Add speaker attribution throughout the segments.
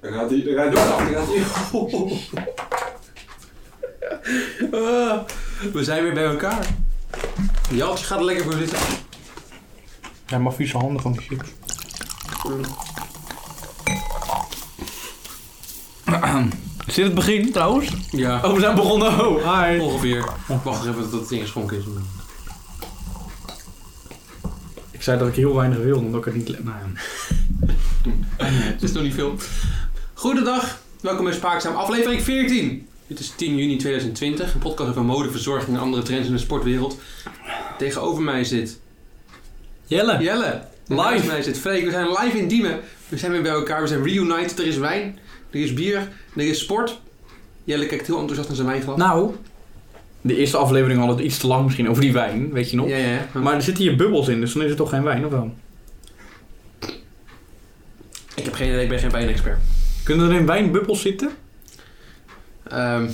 Speaker 1: Dan gaat hij, dan gaat hij, dan gaat hij.
Speaker 2: Ah, we zijn weer bij elkaar. Jaltje gaat er lekker voor zitten.
Speaker 3: Hij mag vieze handen van die chips.
Speaker 4: Is dit het begin trouwens?
Speaker 2: Ja,
Speaker 4: Oh, we zijn begonnen. Oh, hi.
Speaker 2: ongeveer. Wacht nog even tot het ingeschonken is. maar-
Speaker 4: Ik zei dat ik heel weinig wilde, omdat ik het niet... le- Nou ja.
Speaker 2: Het is nog niet veel. Goedendag, welkom bij Spaakzaam, aflevering 14. Dit is 10 juni 2020, een podcast over mode, verzorging en andere trends in de sportwereld. Tegenover mij zit
Speaker 4: Jelle.
Speaker 2: Jelle. En
Speaker 4: Live.
Speaker 2: naast mij zit Freek. We zijn live in Diemen. We zijn weer bij elkaar, we zijn reunited. Er is wijn, er is bier, er is sport. Jelle kijkt heel enthousiast naar zijn wijnglas.
Speaker 4: Nou, de eerste aflevering had het iets te lang misschien over die wijn, weet je nog?
Speaker 2: ja, ja. ja.
Speaker 4: Maar er zitten hier bubbels in, dus dan is het toch geen wijn, of wel?
Speaker 2: ik heb geen idee, ik ben geen wijnexpert.
Speaker 4: Kunnen er in wijn bubbels zitten?
Speaker 2: Ehm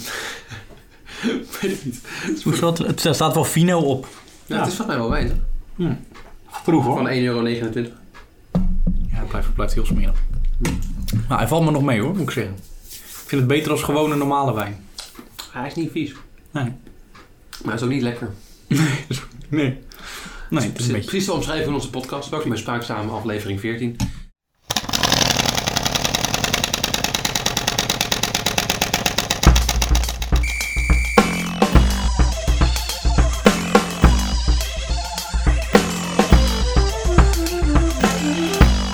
Speaker 2: weet ik niet.
Speaker 3: Het staat wel fino op.
Speaker 2: Ja, Het is volgens mij wel wijn.
Speaker 3: Proef hoor.
Speaker 2: Van 1,29 euro.
Speaker 4: Ja, het blijft, blijft heel smerig. Nou, hij valt me nog mee hoor, moet ik zeggen. Ik vind het beter als gewone normale wijn.
Speaker 2: Hij is niet vies.
Speaker 4: Nee.
Speaker 2: Maar hij is ook niet lekker.
Speaker 4: Nee. Nee, het is een beetje...
Speaker 2: Precies de omschrijving van onze podcast. Welkom bij Spraakzame aflevering 14.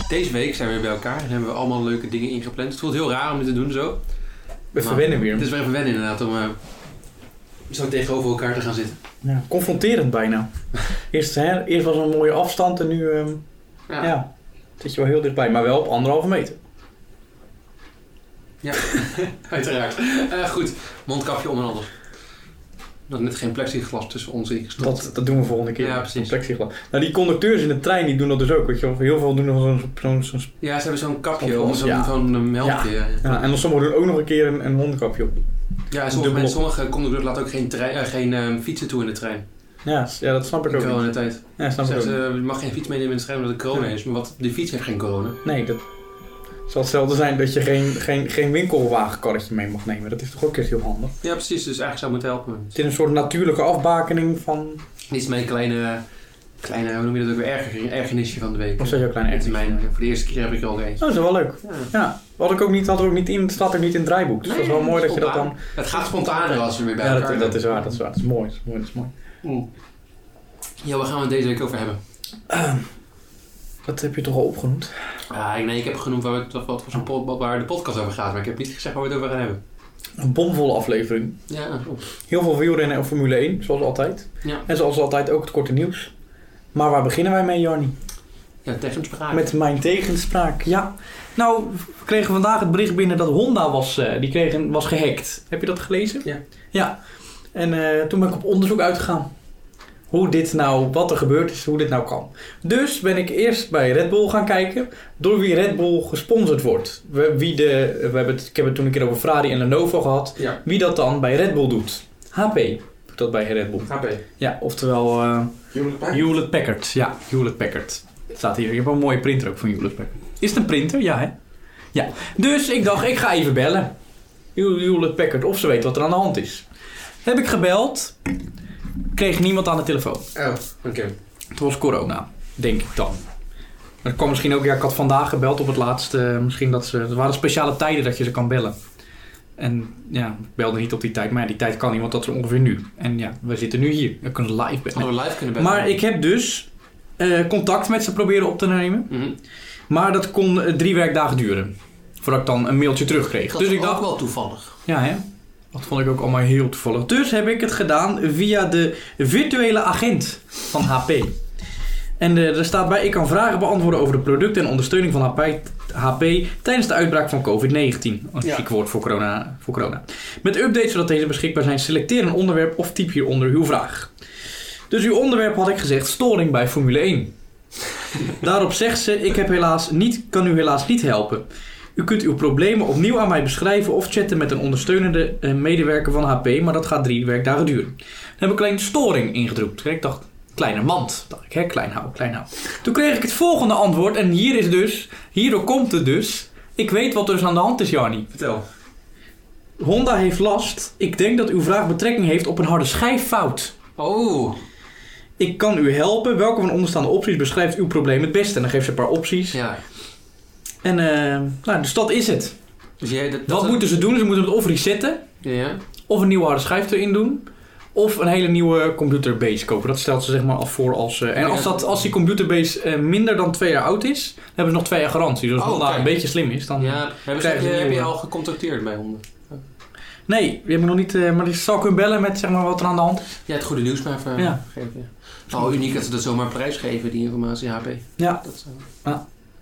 Speaker 2: Deze week zijn we weer bij elkaar en hebben we allemaal leuke dingen ingepland. Het voelt heel raar om dit te doen zo.
Speaker 4: Even wennen
Speaker 2: Het
Speaker 4: weer.
Speaker 2: is weer even wennen inderdaad om eh, zo tegenover elkaar te gaan zitten.
Speaker 4: Ja, confronterend bijna. Eerst, hè, eerst was er een mooie afstand en nu... ehm, Ja. Zit je wel heel dichtbij, maar wel op anderhalve meter.
Speaker 2: Uiteraard. Eh, goed, mondkapje om en alles. Dat net geen plexiglas tussen ons in gestopt.
Speaker 4: Dat, dat doen we volgende keer.
Speaker 2: Ja, precies.
Speaker 4: Een plexiglas. Nou, die conducteurs in de trein die doen dat dus ook. Weet je wel. Heel veel doen nog zo'n... zo'n- zo'n-
Speaker 2: Ja, ze hebben zo'n kapje,
Speaker 4: Mondkapje,
Speaker 2: om zo'n
Speaker 4: ja.
Speaker 2: zo'n, eh, melkje. Ja,
Speaker 4: ja, en dan sommigen doen ook nog een keer een, een mondkapje op.
Speaker 2: ja en sommige,
Speaker 4: Dubbel
Speaker 2: mensen, sommige conducteurs laten ook geen, trein, eh, geen eh, fietsen toe in de trein.
Speaker 4: Ja, s- ja dat snap ik
Speaker 2: In
Speaker 4: ook. niet.
Speaker 2: coronatijd.
Speaker 4: Ja, snap ik ook.
Speaker 2: Zeggen ze, eh, je mag geen fiets meenemen in de trein omdat het corona
Speaker 4: Ja.
Speaker 2: is. Maar wat, die fiets heeft geen corona.
Speaker 4: niet. Nee, dat zal hetzelfde zijn dat je geen, geen, geen winkelwagenkarretje mee mag nemen. Dat is toch ook echt heel handig.
Speaker 2: Ja, precies. Dus eigenlijk zou het moeten helpen.
Speaker 4: Het is een soort natuurlijke afbakening van... Nou,
Speaker 2: Dit is mijn kleine, kleine hoe noem je dat ook weer, erger, ergernisje van de week.
Speaker 4: Nog steeds jouw kleine
Speaker 2: Dit is
Speaker 4: ergernis.
Speaker 2: mijn, voor de eerste keer heb ik er ook eentje.
Speaker 4: Oh, dat is wel leuk.
Speaker 2: Ja.
Speaker 4: Ja, wat ik ook niet, had er ook niet in, staat ook niet in het draaiboek. Dus dat is wel mooi dat je dat dan...
Speaker 2: Het gaat spontaner als we weer bij
Speaker 4: Ja,
Speaker 2: elkaar
Speaker 4: dat, dat is
Speaker 2: zijn. Mm.
Speaker 4: waar, dat is waar. Dat is mooi, dat is mooi, dat is mooi.
Speaker 2: Ja, waar gaan we het deze week over hebben?
Speaker 4: Dat heb je toch al opgenoemd?
Speaker 2: Ah, ik- nee, ik heb genoemd waar, we het, wat voor een pod- waar de podcast over gaat, maar ik heb niet gezegd waar we het over gaan hebben.
Speaker 4: Een bomvolle aflevering.
Speaker 2: Ja, op.
Speaker 4: Heel veel wielrennen en Formule 1, zoals altijd.
Speaker 2: Ja.
Speaker 4: En zoals altijd ook het korte nieuws. Maar waar beginnen wij mee, Jarni?
Speaker 2: ja tegenspraak.
Speaker 4: Met mijn tegenspraak, ja. Nou, we kregen vandaag het bericht binnen dat Honda was, eh, die kreeg een- was gehackt. Heb je dat gelezen?
Speaker 2: Ja.
Speaker 4: Ja. En eh, toen ben ik op onderzoek uitgegaan. Hoe dit nou, wat er gebeurd is, hoe dit nou kan. Dus ben ik eerst bij Red Bull gaan kijken door wie Red Bull gesponsord wordt. We, wie de, we hebben het, ik heb het toen een keer over Ferrari en Lenovo gehad.
Speaker 2: Ja,
Speaker 4: Wie dat dan bij Red Bull doet. HP doet dat bij Red Bull.
Speaker 2: HP.
Speaker 4: Ja, oftewel... eh,
Speaker 1: Jongens, pak.
Speaker 4: Hewlett Packard, ja, Hewlett Packard. Het staat hier. Ik heb een mooie printer ook van Hewlett Packard. Is het een printer? Ja, hè? Ja. Dus ik dacht, ik ga even bellen. Hew- Hewlett Packard, of ze weet wat er aan de hand is. Heb ik gebeld, kreeg niemand aan de telefoon.
Speaker 2: Oh, oké.
Speaker 4: Het was corona, denk ik dan. Dat kwam misschien ook, ja, ik had vandaag gebeld op het laatste. eh, Misschien dat ze. Er waren speciale tijden dat je ze kan bellen. En ja, ik belde niet op die tijd, maar ja, die tijd kan niet, want dat is ongeveer nu. En ja, we zitten nu hier. We kunnen live bellen.
Speaker 2: Hadden we live kunnen bellen.
Speaker 4: Maar ik heb dus eh, contact met ze proberen op te nemen.
Speaker 2: Mhm.
Speaker 4: Maar dat kon eh, drie werkdagen duren. Voordat ik dan een mailtje terugkreeg.
Speaker 2: Dat
Speaker 4: Dus
Speaker 2: is
Speaker 4: ik
Speaker 2: ook
Speaker 4: dacht,
Speaker 2: wel toevallig.
Speaker 4: ja hè. Dat vond ik ook allemaal heel toevallig. Dus heb ik het gedaan via de virtuele agent van HP. En eh, er staat bij, ik kan vragen beantwoorden over de producten en ondersteuning van HP, HP tijdens de uitbraak van COVID-19. Een
Speaker 2: Ja.
Speaker 4: ziek woord voor corona, voor corona. Met updates zodat deze beschikbaar zijn, selecteer een onderwerp of typ hieronder uw vraag. Dus uw onderwerp had ik gezegd, storing bij Formule 1. Daarop zegt ze, ik heb helaas niet, kan u helaas niet helpen. U kunt uw problemen opnieuw aan mij beschrijven of chatten met een ondersteunende eh, medewerker van HP, maar dat gaat drie werkdagen duren. Dan heb ik alleen storing ingedrukt. Ik dacht, kleine mand. Dacht ik, hè, klein hou, klein hou. Toen kreeg ik het volgende antwoord en hier is dus, hierdoor komt het dus Ik weet wat er dus aan de hand is, Jarni.
Speaker 1: Vertel.
Speaker 4: Honda heeft last. Ik denk dat uw vraag betrekking heeft op een harde schijffout.
Speaker 2: Oh,
Speaker 4: Ik kan u helpen. Welke van de onderstaande opties beschrijft uw probleem het beste? En dan geeft ze een paar opties.
Speaker 2: ja.
Speaker 4: En eh, nou, dus dat is het.
Speaker 2: Dus jij, dat,
Speaker 4: Wat moeten ze doen? Ze moeten het of resetten,
Speaker 2: Ja.
Speaker 4: of een nieuwe harde schijf erin doen, of een hele nieuwe computerbase kopen. Dat stelt ze zeg maar af voor als... eh, en
Speaker 2: Ja.
Speaker 4: als, dat, als die computerbase eh, minder dan twee jaar oud is, dan hebben ze nog twee jaar garantie. Dus als
Speaker 2: Oh,
Speaker 4: Honda
Speaker 2: kijk.
Speaker 4: een beetje slim is, dan... eh,
Speaker 2: ja. Hebben ze,
Speaker 4: krijgen
Speaker 2: heb,
Speaker 4: ze
Speaker 2: je,
Speaker 4: een
Speaker 2: heb je
Speaker 4: nieuwe.
Speaker 2: al gecontacteerd bij honden?
Speaker 4: Nee, we hebben nog niet... eh, maar ik zal kunnen bellen met zeg maar, wat er aan de hand is.
Speaker 2: Ja, het goede nieuws maar even
Speaker 4: Ja.
Speaker 2: geven. Ja. Oh, uniek dat ze dat zomaar prijsgeven, die informatie, HP.
Speaker 4: Ja.
Speaker 2: Dat, is, eh,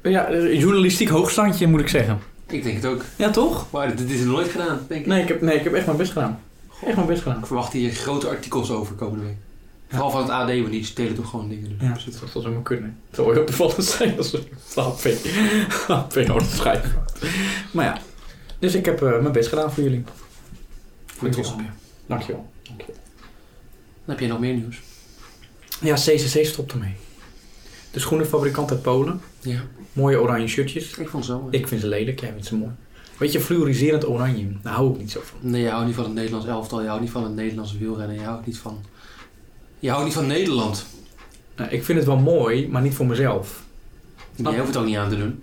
Speaker 4: Ja, eh, journalistiek hoogstandje moet ik zeggen.
Speaker 2: ik denk het ook.
Speaker 4: Ja, toch?
Speaker 2: Maar dit is nog nooit gedaan, denk ik.
Speaker 4: Nee, ik heb, nee, ik heb echt mijn best gedaan. Echt mijn best gedaan.
Speaker 2: Ik verwacht hier grote artikels over komende week. Vooral van het AD, want die stelen toch gewoon dingen. Dus.
Speaker 4: Ja, dat zou dat maar kunnen. Het zou heel toevallig zijn als we HP, HP harde schijf. Maar ja, dus ik heb eh, mijn best gedaan voor jullie.
Speaker 2: Ik ben trots op je.
Speaker 4: Dankjewel.
Speaker 2: Dan heb je nog meer nieuws.
Speaker 4: Ja, CCC stopt ermee. De schoenenfabrikant uit Polen.
Speaker 2: Ja,
Speaker 4: Mooie oranje shirtjes.
Speaker 2: ik vond het zo.
Speaker 4: Ik vind ze lelijk, jij vindt ze mooi. Weet je, fluoriserend oranje. Daar hou ik niet zo van.
Speaker 2: eh. Nee, je houdt niet van het Nederlands elftal, je houdt niet van het Nederlandse wielrennen, je houdt niet van... Je houdt niet van Nederland.
Speaker 4: Nou, ik vind het wel mooi, maar niet voor mezelf.
Speaker 2: Jij hoeft het ook niet aan te doen.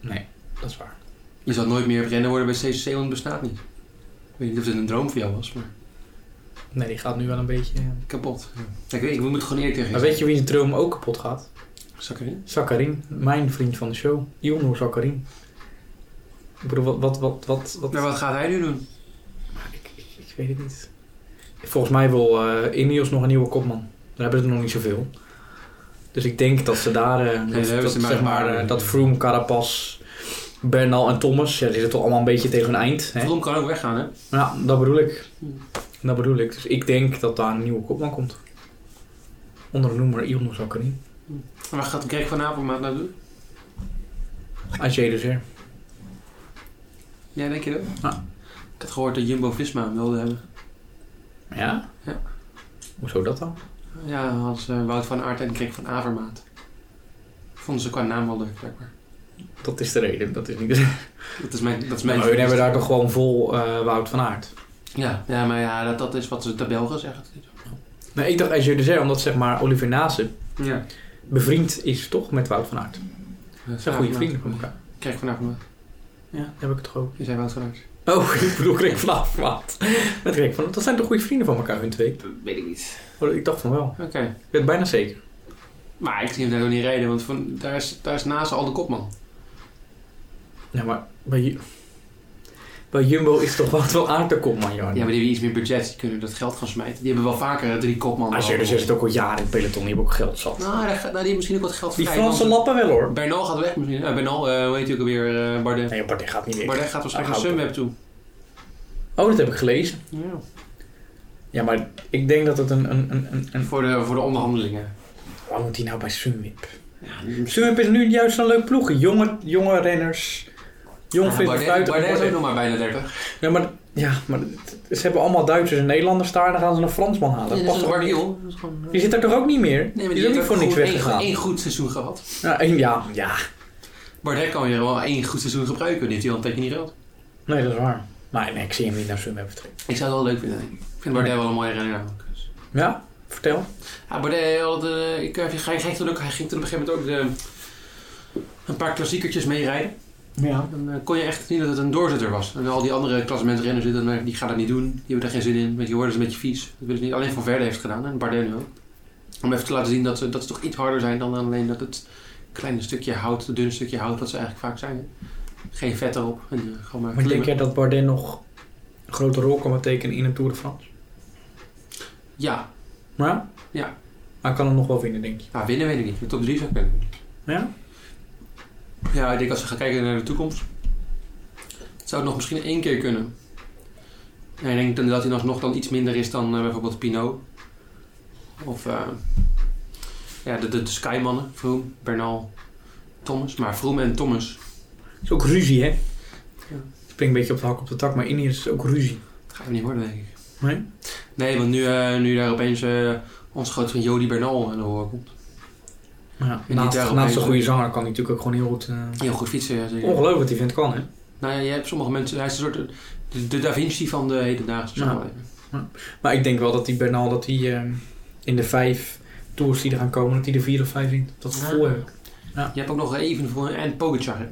Speaker 4: Nee, dat is waar.
Speaker 2: Je zal nooit meer rennen worden bij CCC, want het bestaat niet. Ik weet niet of dit een droom voor jou was, maar
Speaker 4: Nee, die gaat nu wel een beetje... eh,
Speaker 2: kapot. Kijk, ik moet gewoon eerlijk tegen
Speaker 4: Maar weet je wie zijn droom ook kapot gaat?
Speaker 2: Zak erin.
Speaker 4: Zakarin, mijn vriend van de show. Ilnur Zakarin. Ik bedoel, wat... wat, wat, wat, wat...
Speaker 2: Maar wat gaat hij nu doen?
Speaker 4: Ik, ik, ik weet het niet. Volgens mij wil eh Ineos nog een nieuwe kopman. Daar hebben ze er nog niet zoveel. Dus ik denk dat ze daar... eh,
Speaker 2: daar
Speaker 4: dat,
Speaker 2: hebben
Speaker 4: dat,
Speaker 2: ze maar
Speaker 4: zeg
Speaker 2: een paar.
Speaker 4: maar, eh, dat Froome, Carapaz, Bernal en Thomas... Ja, die zitten allemaal een beetje tegen hun eind. Hè?
Speaker 2: Vrom kan ook weggaan, hè?
Speaker 4: Ja, dat bedoel ik.
Speaker 2: Hmm.
Speaker 4: Dat bedoel ik. Dus ik denk dat daar een nieuwe kopman komt. Onder de noemer Ilnur Zakarin.
Speaker 2: En waar gaat Greg van Avermaat naartoe?
Speaker 4: Ajay dus weer.
Speaker 2: Ja, denk je dat?
Speaker 4: Ja.
Speaker 2: Ik had gehoord dat Jumbo-Visma hem wilde hebben.
Speaker 4: Ja?
Speaker 2: Ja.
Speaker 4: Hoezo dat dan?
Speaker 2: Ja, als eh, Wout van Aert en Greg van Avermaat. Vonden ze qua naam wel leuk, blijkbaar.
Speaker 4: Dat is de reden. Dat is niet de
Speaker 2: Dat is mijn... Dat is
Speaker 4: Maar hun
Speaker 2: mijn
Speaker 4: Nou, hebben daar toch gewoon vol eh, Wout van Aert.
Speaker 2: Ja, ja maar ja, dat, dat is wat ze de Belgen zeggen.
Speaker 4: Nee, ik dacht Ajay de Zer, omdat zeg maar Oliver Naassen
Speaker 2: Ja.
Speaker 4: bevriend is toch met Wout van Aert. Ze zijn goede vrienden van elkaar.
Speaker 2: Krijg Eh, van Avermaat.
Speaker 4: Ja, dat heb ik het toch ook.
Speaker 2: Je zei Wout van Aert.
Speaker 4: Oh, ik bedoel Rick van Avermaat. Met Rick van Dat zijn toch goede vrienden van elkaar, hun twee?
Speaker 2: Weet ik niet.
Speaker 4: Oh, Ik dacht van wel.
Speaker 2: Oké.
Speaker 4: Ik ben bijna zeker.
Speaker 2: Maar ik zie hem daar ook niet rijden, want van, daar, is, daar is naast al de kopman.
Speaker 4: Ja, maar bij, Ju- bij Jumbo is toch Wout van Aert de kopman,
Speaker 2: Ja,
Speaker 4: Jan?
Speaker 2: maar die hebben iets meer budget, die kunnen dat geld gaan smijten. Die hebben wel vaker eh, drie kopman.
Speaker 4: Ajay de Zer zit ook al jaren in het peloton. Die hebben ook geld zat.
Speaker 2: Nou, daar, gaat- nou, die heeft misschien ook wat geld
Speaker 4: Die
Speaker 2: vrij,
Speaker 4: Franse
Speaker 2: want
Speaker 4: lappen wel, hoor.
Speaker 2: Bernal gaat weg misschien. Eh, Bernal, eh, hoe heet hij ook alweer? eh, Bardet.
Speaker 4: Nee, Bart, die gaat niet meer.
Speaker 2: Bardet gaat waarschijnlijk
Speaker 4: Hij
Speaker 2: naar
Speaker 4: gaat
Speaker 2: Sunweb toe.
Speaker 4: Oh, dat heb ik gelezen.
Speaker 2: Ja.
Speaker 4: Ja, maar ik denk dat het een... een, een, een, een...
Speaker 2: Voor, de, voor de onderhandelingen.
Speaker 4: Waar moet hij nou bij Sunweb?
Speaker 2: Ja,
Speaker 4: Sunweb is nu juist een leuk ploeg. Jonge, jonge renners. Jong fris
Speaker 2: Bardet,
Speaker 4: fruit.
Speaker 2: Bardet is ook nog maar bijna 30.
Speaker 4: Ja, maar, ja, maar het- ze hebben allemaal Duitsers en Nederlanders daar. En dan gaan ze een Fransman halen.
Speaker 2: Dat
Speaker 4: Dat
Speaker 2: is
Speaker 4: past
Speaker 2: een
Speaker 4: toch niet?
Speaker 2: barkiel. Dat is gewoon, eh,
Speaker 4: Die zit er toch ook niet meer?
Speaker 2: Nee, maar
Speaker 4: die is ook niet
Speaker 2: heeft
Speaker 4: voor
Speaker 2: ook
Speaker 4: niks
Speaker 2: gewoon één-
Speaker 4: weggegaan.
Speaker 2: één goed seizoen gehad.
Speaker 4: Ja, één- ja, ja.
Speaker 2: Bardet kan weer wel één goed seizoen gebruiken. Die heeft hij al een tijdje niet gehad.
Speaker 4: Nee, dat is waar. Maar nee, ik zie hem niet naar Sunweb vertrekken.
Speaker 2: Ik zou het wel leuk vinden. denk ik. Ik vind Bardet wel een mooie renner. namelijk. Dus.
Speaker 4: Ja, vertel.
Speaker 2: Ja, Bardet had, eh, ik, hij, hij, ging toen ook, hij ging toen op een gegeven moment ook de- een paar klassiekertjes meerijden.
Speaker 4: Ja.
Speaker 2: Dan eh, kon je echt zien dat het een doorzetter was. En al die andere klassementrenners die, dat- die gaan dat niet doen. Die hebben daar geen zin in. Met je woorden is een beetje vies. Dat willen ze niet. Alleen Van Verde heeft het gedaan. En Bardet nu ook. Om even te laten zien dat ze, dat ze toch iets harder zijn dan alleen dat het kleine stukje hout, het dunne stukje hout, wat ze eigenlijk vaak zijn. hè. Geen vet erop. En, eh, gewoon maar
Speaker 4: Maar denk
Speaker 2: klimmen.
Speaker 4: jij dat Bardet nog een grote rol kan betekenen in een Tour de France?
Speaker 2: Ja.
Speaker 4: Ja?
Speaker 2: Ja.
Speaker 4: Hij kan hem nog wel winnen, denk je.
Speaker 2: ja, winnen weet ik niet. Met top 3 zou ik winnen.
Speaker 4: Ja?
Speaker 2: Ja, ik denk als we gaan kijken naar de toekomst, zou het nog misschien één keer kunnen. En ik denk dan dat hij alsnog dan iets minder is dan eh, bijvoorbeeld Pinot. Of eh, ja, de, de, de Skymannen, Vroom, Bernal, Thomas. Maar Vroom en Thomas,
Speaker 4: is ook ruzie, hè?
Speaker 2: Ja.
Speaker 4: Spring een beetje op de hak op de tak, maar Indië is ook ruzie.
Speaker 2: dat gaat hem niet worden, denk ik.
Speaker 4: Nee?
Speaker 2: Nee, want nu, eh, nu daar opeens eh ons grote vriend Jody Bernal aan de horen komt.
Speaker 4: Ja,
Speaker 2: die
Speaker 4: naast,
Speaker 2: daarop
Speaker 4: naast een
Speaker 2: heen-
Speaker 4: goede zanger kan hij natuurlijk ook gewoon heel goed... eh,
Speaker 2: Heel goed fietsen, ja, zeker.
Speaker 4: Ongelooflijk wat hij vindt kan, hè?
Speaker 2: Nou ja, je hebt sommige mensen... Hij is een soort... eh, De, de Da Vinci van de hedendaagse
Speaker 4: Ja.
Speaker 2: school.
Speaker 4: Maar ik denk wel dat die Bernal, dat hij eh, in de vijf tours die er gaan komen, dat hij de vier of vijf wint. Dat gevoel
Speaker 2: Ja.
Speaker 4: heb ik.
Speaker 2: Je hebt ook nog even voor en Pogacar. hè.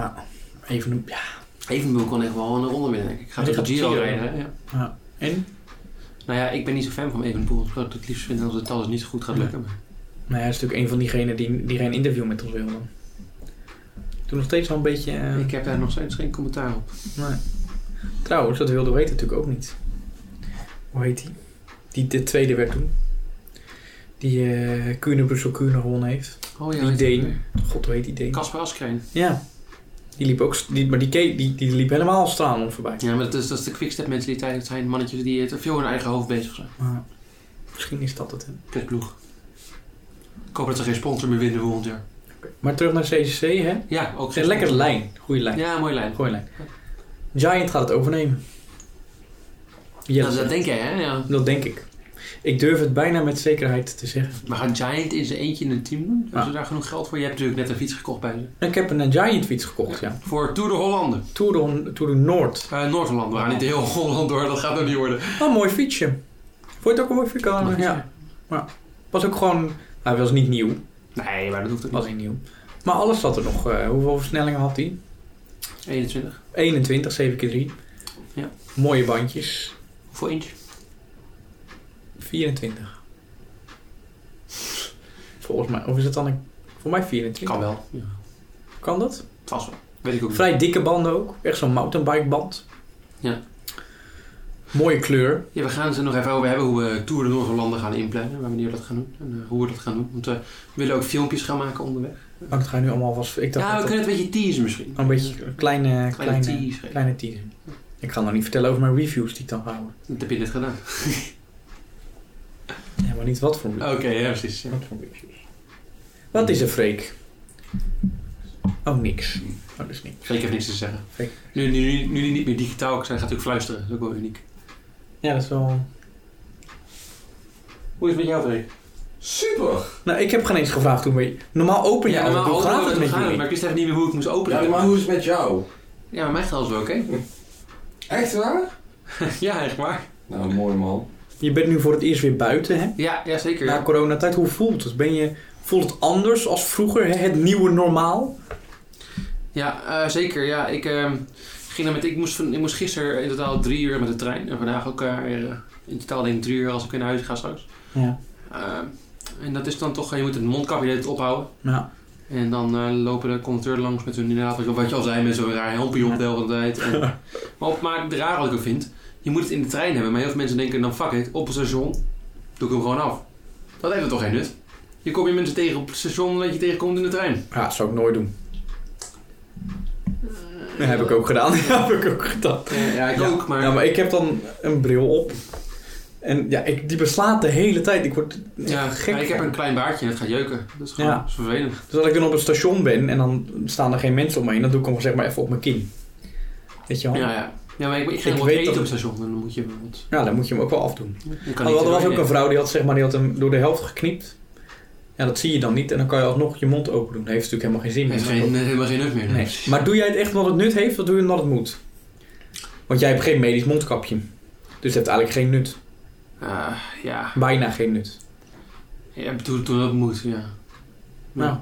Speaker 4: Ja, even een... Ja.
Speaker 2: Evenboel kan echt wel een ronde winnen, denk ik. Gaat
Speaker 4: Ja,
Speaker 2: door de
Speaker 4: die gaat
Speaker 2: Giro
Speaker 4: Giro
Speaker 2: rijden, hè?
Speaker 4: winnen.
Speaker 2: Ja.
Speaker 4: En?
Speaker 2: Nou ja, ik ben niet zo fan van Evenpoel. Ik zou het het liefst vinden dat het alles niet zo goed gaat
Speaker 4: Ja.
Speaker 2: lukken. maar-
Speaker 4: Nou, hij is natuurlijk een van diegenen die, die geen interview met ons wilde. Toen nog steeds wel een beetje... eh,
Speaker 2: Ik heb daar nog steeds geen commentaar op.
Speaker 4: Nee. Trouwens, dat wilde weet natuurlijk ook niet. Hoe heet die? Die de tweede werd toen. Die eh Kuurne Brussel Kuurne gewonnen heeft.
Speaker 2: Oh
Speaker 4: Die
Speaker 2: weet
Speaker 4: Deen.
Speaker 2: ik niet.
Speaker 4: God, hoe heet die Deen?
Speaker 2: Kasper Askreen.
Speaker 4: Ja. Die liep ook... st- Die, maar die, ke- die, die liep helemaal stralen om voorbij.
Speaker 2: Ja, maar dat is, dat is de quickstep mentaliteit. Dat zijn mannetjes die eh, te veel in hun eigen hoofd bezig zijn.
Speaker 4: Maar misschien is dat het. hè.
Speaker 2: Kutploeg. Ik hoop dat ze geen sponsor meer winnen volgend jaar.
Speaker 4: Maar terug naar CCC, hè?
Speaker 2: Ja, ook
Speaker 4: Een
Speaker 2: geen
Speaker 4: lekkere
Speaker 2: sponsor.
Speaker 4: lijn. Goeie lijn.
Speaker 2: Ja, mooie lijn.
Speaker 4: Goeie lijn. Giant gaat het overnemen. Ja,
Speaker 2: Nou, dat denk jij, hè? Ja.
Speaker 4: dat denk ik. Ik durf het bijna met zekerheid te zeggen.
Speaker 2: Maar gaat Giant in zijn eentje in een team doen? Hebben
Speaker 4: Ja.
Speaker 2: ze daar genoeg geld voor? Je hebt natuurlijk net een fiets gekocht bij ze.
Speaker 4: Ik heb een eh, Giant fiets gekocht, ja.
Speaker 2: Voor Tour de Hollanden.
Speaker 4: Tour de, Tour de Noord.
Speaker 2: Eh Noord-Holland. We gaan niet heel Holland door. Dat gaat nog niet worden.
Speaker 4: Oh, mooi fietsje. Vond je het ook een mooi fietsje?
Speaker 2: Mooi fietsje.
Speaker 4: Ja. ja. Was ook gewoon... nou, Hij was niet nieuw.
Speaker 2: Nee, maar dat hoeft ook
Speaker 4: Was
Speaker 2: niet.
Speaker 4: niet nieuw. Maar alles zat er nog. eh, hoeveel versnellingen had hij?
Speaker 2: 21.
Speaker 4: 21, 7 keer 3.
Speaker 2: Ja.
Speaker 4: Mooie bandjes.
Speaker 2: Hoeveel inch?
Speaker 4: 24. Volgens mij. Of is het dan een... Voor mij 24.
Speaker 2: Kan wel. Ja.
Speaker 4: Kan dat?
Speaker 2: Het was wel. Weet ik ook niet.
Speaker 4: Vrij dikke banden ook. Echt zo'n mountainbike band.
Speaker 2: Ja.
Speaker 4: Mooie kleur.
Speaker 2: Ja, we gaan het er nog even over hebben hoe we Tour de Noord-Hollanden gaan inplannen. Wanneer we dat gaan doen en eh, hoe we dat gaan doen. Want eh, we willen ook filmpjes gaan maken onderweg.
Speaker 4: Oh, dat ga je nu allemaal vast... Ik dacht
Speaker 2: Ja, we
Speaker 4: dat
Speaker 2: kunnen het een beetje teasen misschien.
Speaker 4: dat- een beetje een kleine...
Speaker 2: kleine,
Speaker 4: kleine,
Speaker 2: tease. geven.
Speaker 4: kleine teaser. Ik ga nog niet vertellen over mijn reviews die ik dan ga houden.
Speaker 2: Dat heb je net gedaan.
Speaker 4: Ja, maar niet wat voor reviews.
Speaker 2: Oké, ja, precies. ja.
Speaker 4: Wat voor reviews. Wat is een freak? Oh, niks. Oh, dat is niks.
Speaker 2: Freek heeft niks te zeggen.
Speaker 4: Freek.
Speaker 2: Nu, nu, nu, nu die niet meer digitaal zijn, gaat hij ook fluisteren. Dat is ook wel uniek.
Speaker 4: Ja, dat is wel...
Speaker 2: Hoe is het met jou, Freek?
Speaker 1: Super!
Speaker 4: Nou, ik heb geen eens gevraagd hoe mee... Normaal open je ja,
Speaker 2: normaal
Speaker 4: hoe gaat
Speaker 2: openen
Speaker 4: het
Speaker 2: we
Speaker 4: met
Speaker 2: gaan,
Speaker 4: jullie?
Speaker 2: Maar ik wist even niet meer hoe ik moest openen.
Speaker 1: Ja, maar hoe is het met jou?
Speaker 2: Ja, maar mij gaat alles wel oké.
Speaker 1: Echt waar?
Speaker 2: ja, echt waar.
Speaker 1: Nou, mooi man.
Speaker 4: Je bent nu voor het eerst weer buiten, hè?
Speaker 2: Ja, ja zeker.
Speaker 4: Na coronatijd. Hoe voelt het? Ben je... Voelt het anders als vroeger? Hè? Het nieuwe normaal?
Speaker 2: Ja, eh, zeker. Ja, ik, ehm, ging dan met, ik, moest van, ik moest gisteren in totaal drie uur met de trein. En vandaag ook eh, weer, in totaal denk ik drie uur als ik weer naar huis ga straks.
Speaker 4: Ja.
Speaker 2: Ehm, en dat is dan toch, eh, je moet het mondkapje de hele tijd ophouden.
Speaker 4: Nou,
Speaker 2: En dan eh, lopen de conducteuren langs met hun, inderdaad, wat je al zei, met zo'n raar helmpje op de hele tijd. En, maar, op, maar het raar wat ik ook vind, je moet het in de trein hebben. Maar heel veel mensen denken, dan fuck it, op het station doe ik hem gewoon af. Dat heeft toch geen nut? Je komt je mensen tegen op het station dat je tegenkomt in de trein.
Speaker 4: Ja, dat zou ik nooit doen. Dat heb ik ook gedaan. Dat heb ik ook gedaan.
Speaker 2: Eh, ja, ik
Speaker 4: Ja.
Speaker 2: ook, Eh, maar...
Speaker 4: Nou, maar ik heb dan een bril op. En ja, ik, die beslaat de hele tijd. Ik word
Speaker 2: Ja,
Speaker 4: ja, gek.
Speaker 2: maar ik heb
Speaker 4: van.
Speaker 2: een klein baardje en het gaat jeuken. Dat is gewoon
Speaker 4: Ja.
Speaker 2: dat is vervelend.
Speaker 4: Dus als ik dan op het station ben en dan staan er geen mensen om me heen, dan doe ik hem zeg maar even op mijn kin. Weet je
Speaker 2: Ja,
Speaker 4: wel? Ja,
Speaker 2: ja. ja maar ik, ik ging
Speaker 4: Ik
Speaker 2: wat
Speaker 4: weet
Speaker 2: eten
Speaker 4: dat-
Speaker 2: op het station en dan moet je wel wat...
Speaker 4: dan moet je hem ook wel afdoen.
Speaker 2: Je kan
Speaker 4: Maar er
Speaker 2: niet
Speaker 4: Oh, was
Speaker 2: erbij
Speaker 4: ook een
Speaker 2: nemen.
Speaker 4: vrouw die had, zeg maar, die had hem door de helft geknipt. Ja, dat zie je dan niet. En dan kan je alsnog je mond open doen. Dat heeft natuurlijk helemaal geen zin
Speaker 2: Heeft
Speaker 4: meer.
Speaker 2: geen, helemaal geen nut meer.
Speaker 4: Nee. Maar doe jij het echt wat het nut heeft, of doe je het omdat het moet? Want jij hebt geen medisch mondkapje. Dus het heeft eigenlijk geen nut.
Speaker 2: Ah, ja.
Speaker 4: Bijna geen nut.
Speaker 2: ja toen, toen dat moet, ja.
Speaker 4: Nou,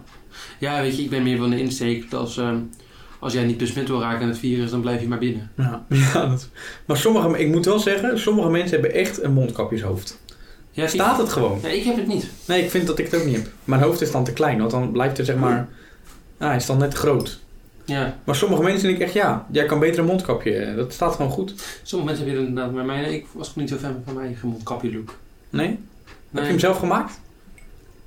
Speaker 2: Ja, weet je, ik ben meer van de insteek dat als, ehm, als jij niet besmet wil raken aan het virus, dan blijf je maar binnen.
Speaker 4: nou, ja, dat- Maar sommige, ik moet wel zeggen, sommige mensen hebben echt een mondkapjeshoofd.
Speaker 2: Ja, zie je?
Speaker 4: Staat het gewoon?
Speaker 2: Ja, ik heb het niet.
Speaker 4: Nee, ik vind dat ik het ook niet heb. Mijn hoofd is dan te klein, want dan blijft er zeg maar... Ah, hij is dan net groot.
Speaker 2: Ja.
Speaker 4: Maar sommige mensen denk ik echt, ja, jij kan beter een mondkapje. eh, Dat staat gewoon goed.
Speaker 2: Sommige mensen hebben het inderdaad, maar mijn, ik was nog niet zo fan van mijn eigen mondkapje look.
Speaker 4: Nee? Heb je
Speaker 2: Nee,
Speaker 4: hem zelf gemaakt?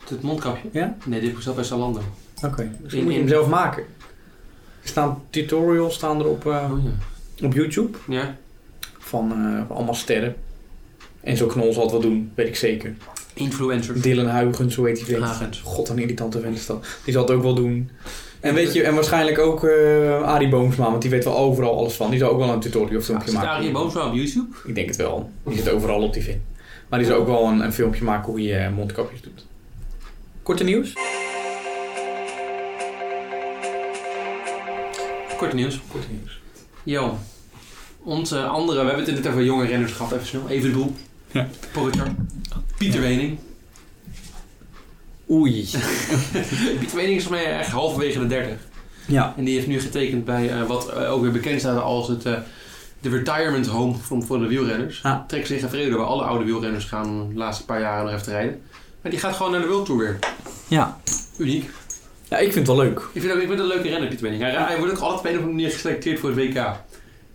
Speaker 2: het mondkapje?
Speaker 4: Ja?
Speaker 2: Nee, dit heb ik zelf bij Zalando.
Speaker 4: Oké.
Speaker 2: In-
Speaker 4: Misschien moet je hem
Speaker 2: in-
Speaker 4: zelf maken. Er staan tutorials staan er op, eh,
Speaker 2: Oh ja.
Speaker 4: op YouTube.
Speaker 2: Ja.
Speaker 4: Van eh, allemaal sterren. En zo knol zal het wel doen, weet ik zeker.
Speaker 2: Influencer.
Speaker 4: Dylan Huygens, hoe heet die vent?
Speaker 2: Hagens.
Speaker 4: God, een irritante vent is dat. Die zal het ook wel doen. En weet je, en waarschijnlijk ook eh Arie Boomsma, want die weet wel overal alles van. Die zal ook wel een tutorial of
Speaker 2: Ja,
Speaker 4: filmpje
Speaker 2: Ah, zit
Speaker 4: maken.
Speaker 2: Arie Boomsma op YouTube?
Speaker 4: Ik denk het wel. Die zit overal op die vent. Maar die zal ook wel een, een filmpje maken hoe je eh, mondkapjes doet. Korte nieuws.
Speaker 2: Kort nieuws. Kort nieuws. Jo. Onze andere, we hebben het net over jonge renners gehad, even snel. Even de boel.
Speaker 4: Ja.
Speaker 2: Pogacar. Pieter Wening.
Speaker 4: Oei.
Speaker 2: Pieter Wening is voor mij echt halverwege de 30.
Speaker 4: Ja.
Speaker 2: En die heeft nu getekend bij eh, wat eh, ook weer bekend staat als het eh, de retirement home van, voor de wielrenners.
Speaker 4: Ah.
Speaker 2: Trek zich in vrede waar alle oude wielrenners gaan de laatste paar jaren nog even rijden. Maar die gaat gewoon naar de World Tour weer.
Speaker 4: Ja.
Speaker 2: Uniek.
Speaker 4: Ja, ik vind het wel leuk.
Speaker 2: Ik vind, ook, ik vind het een leuke renner, Pieter Wening. Hij, hij wordt ook altijd op een of andere manier geselecteerd voor het WK.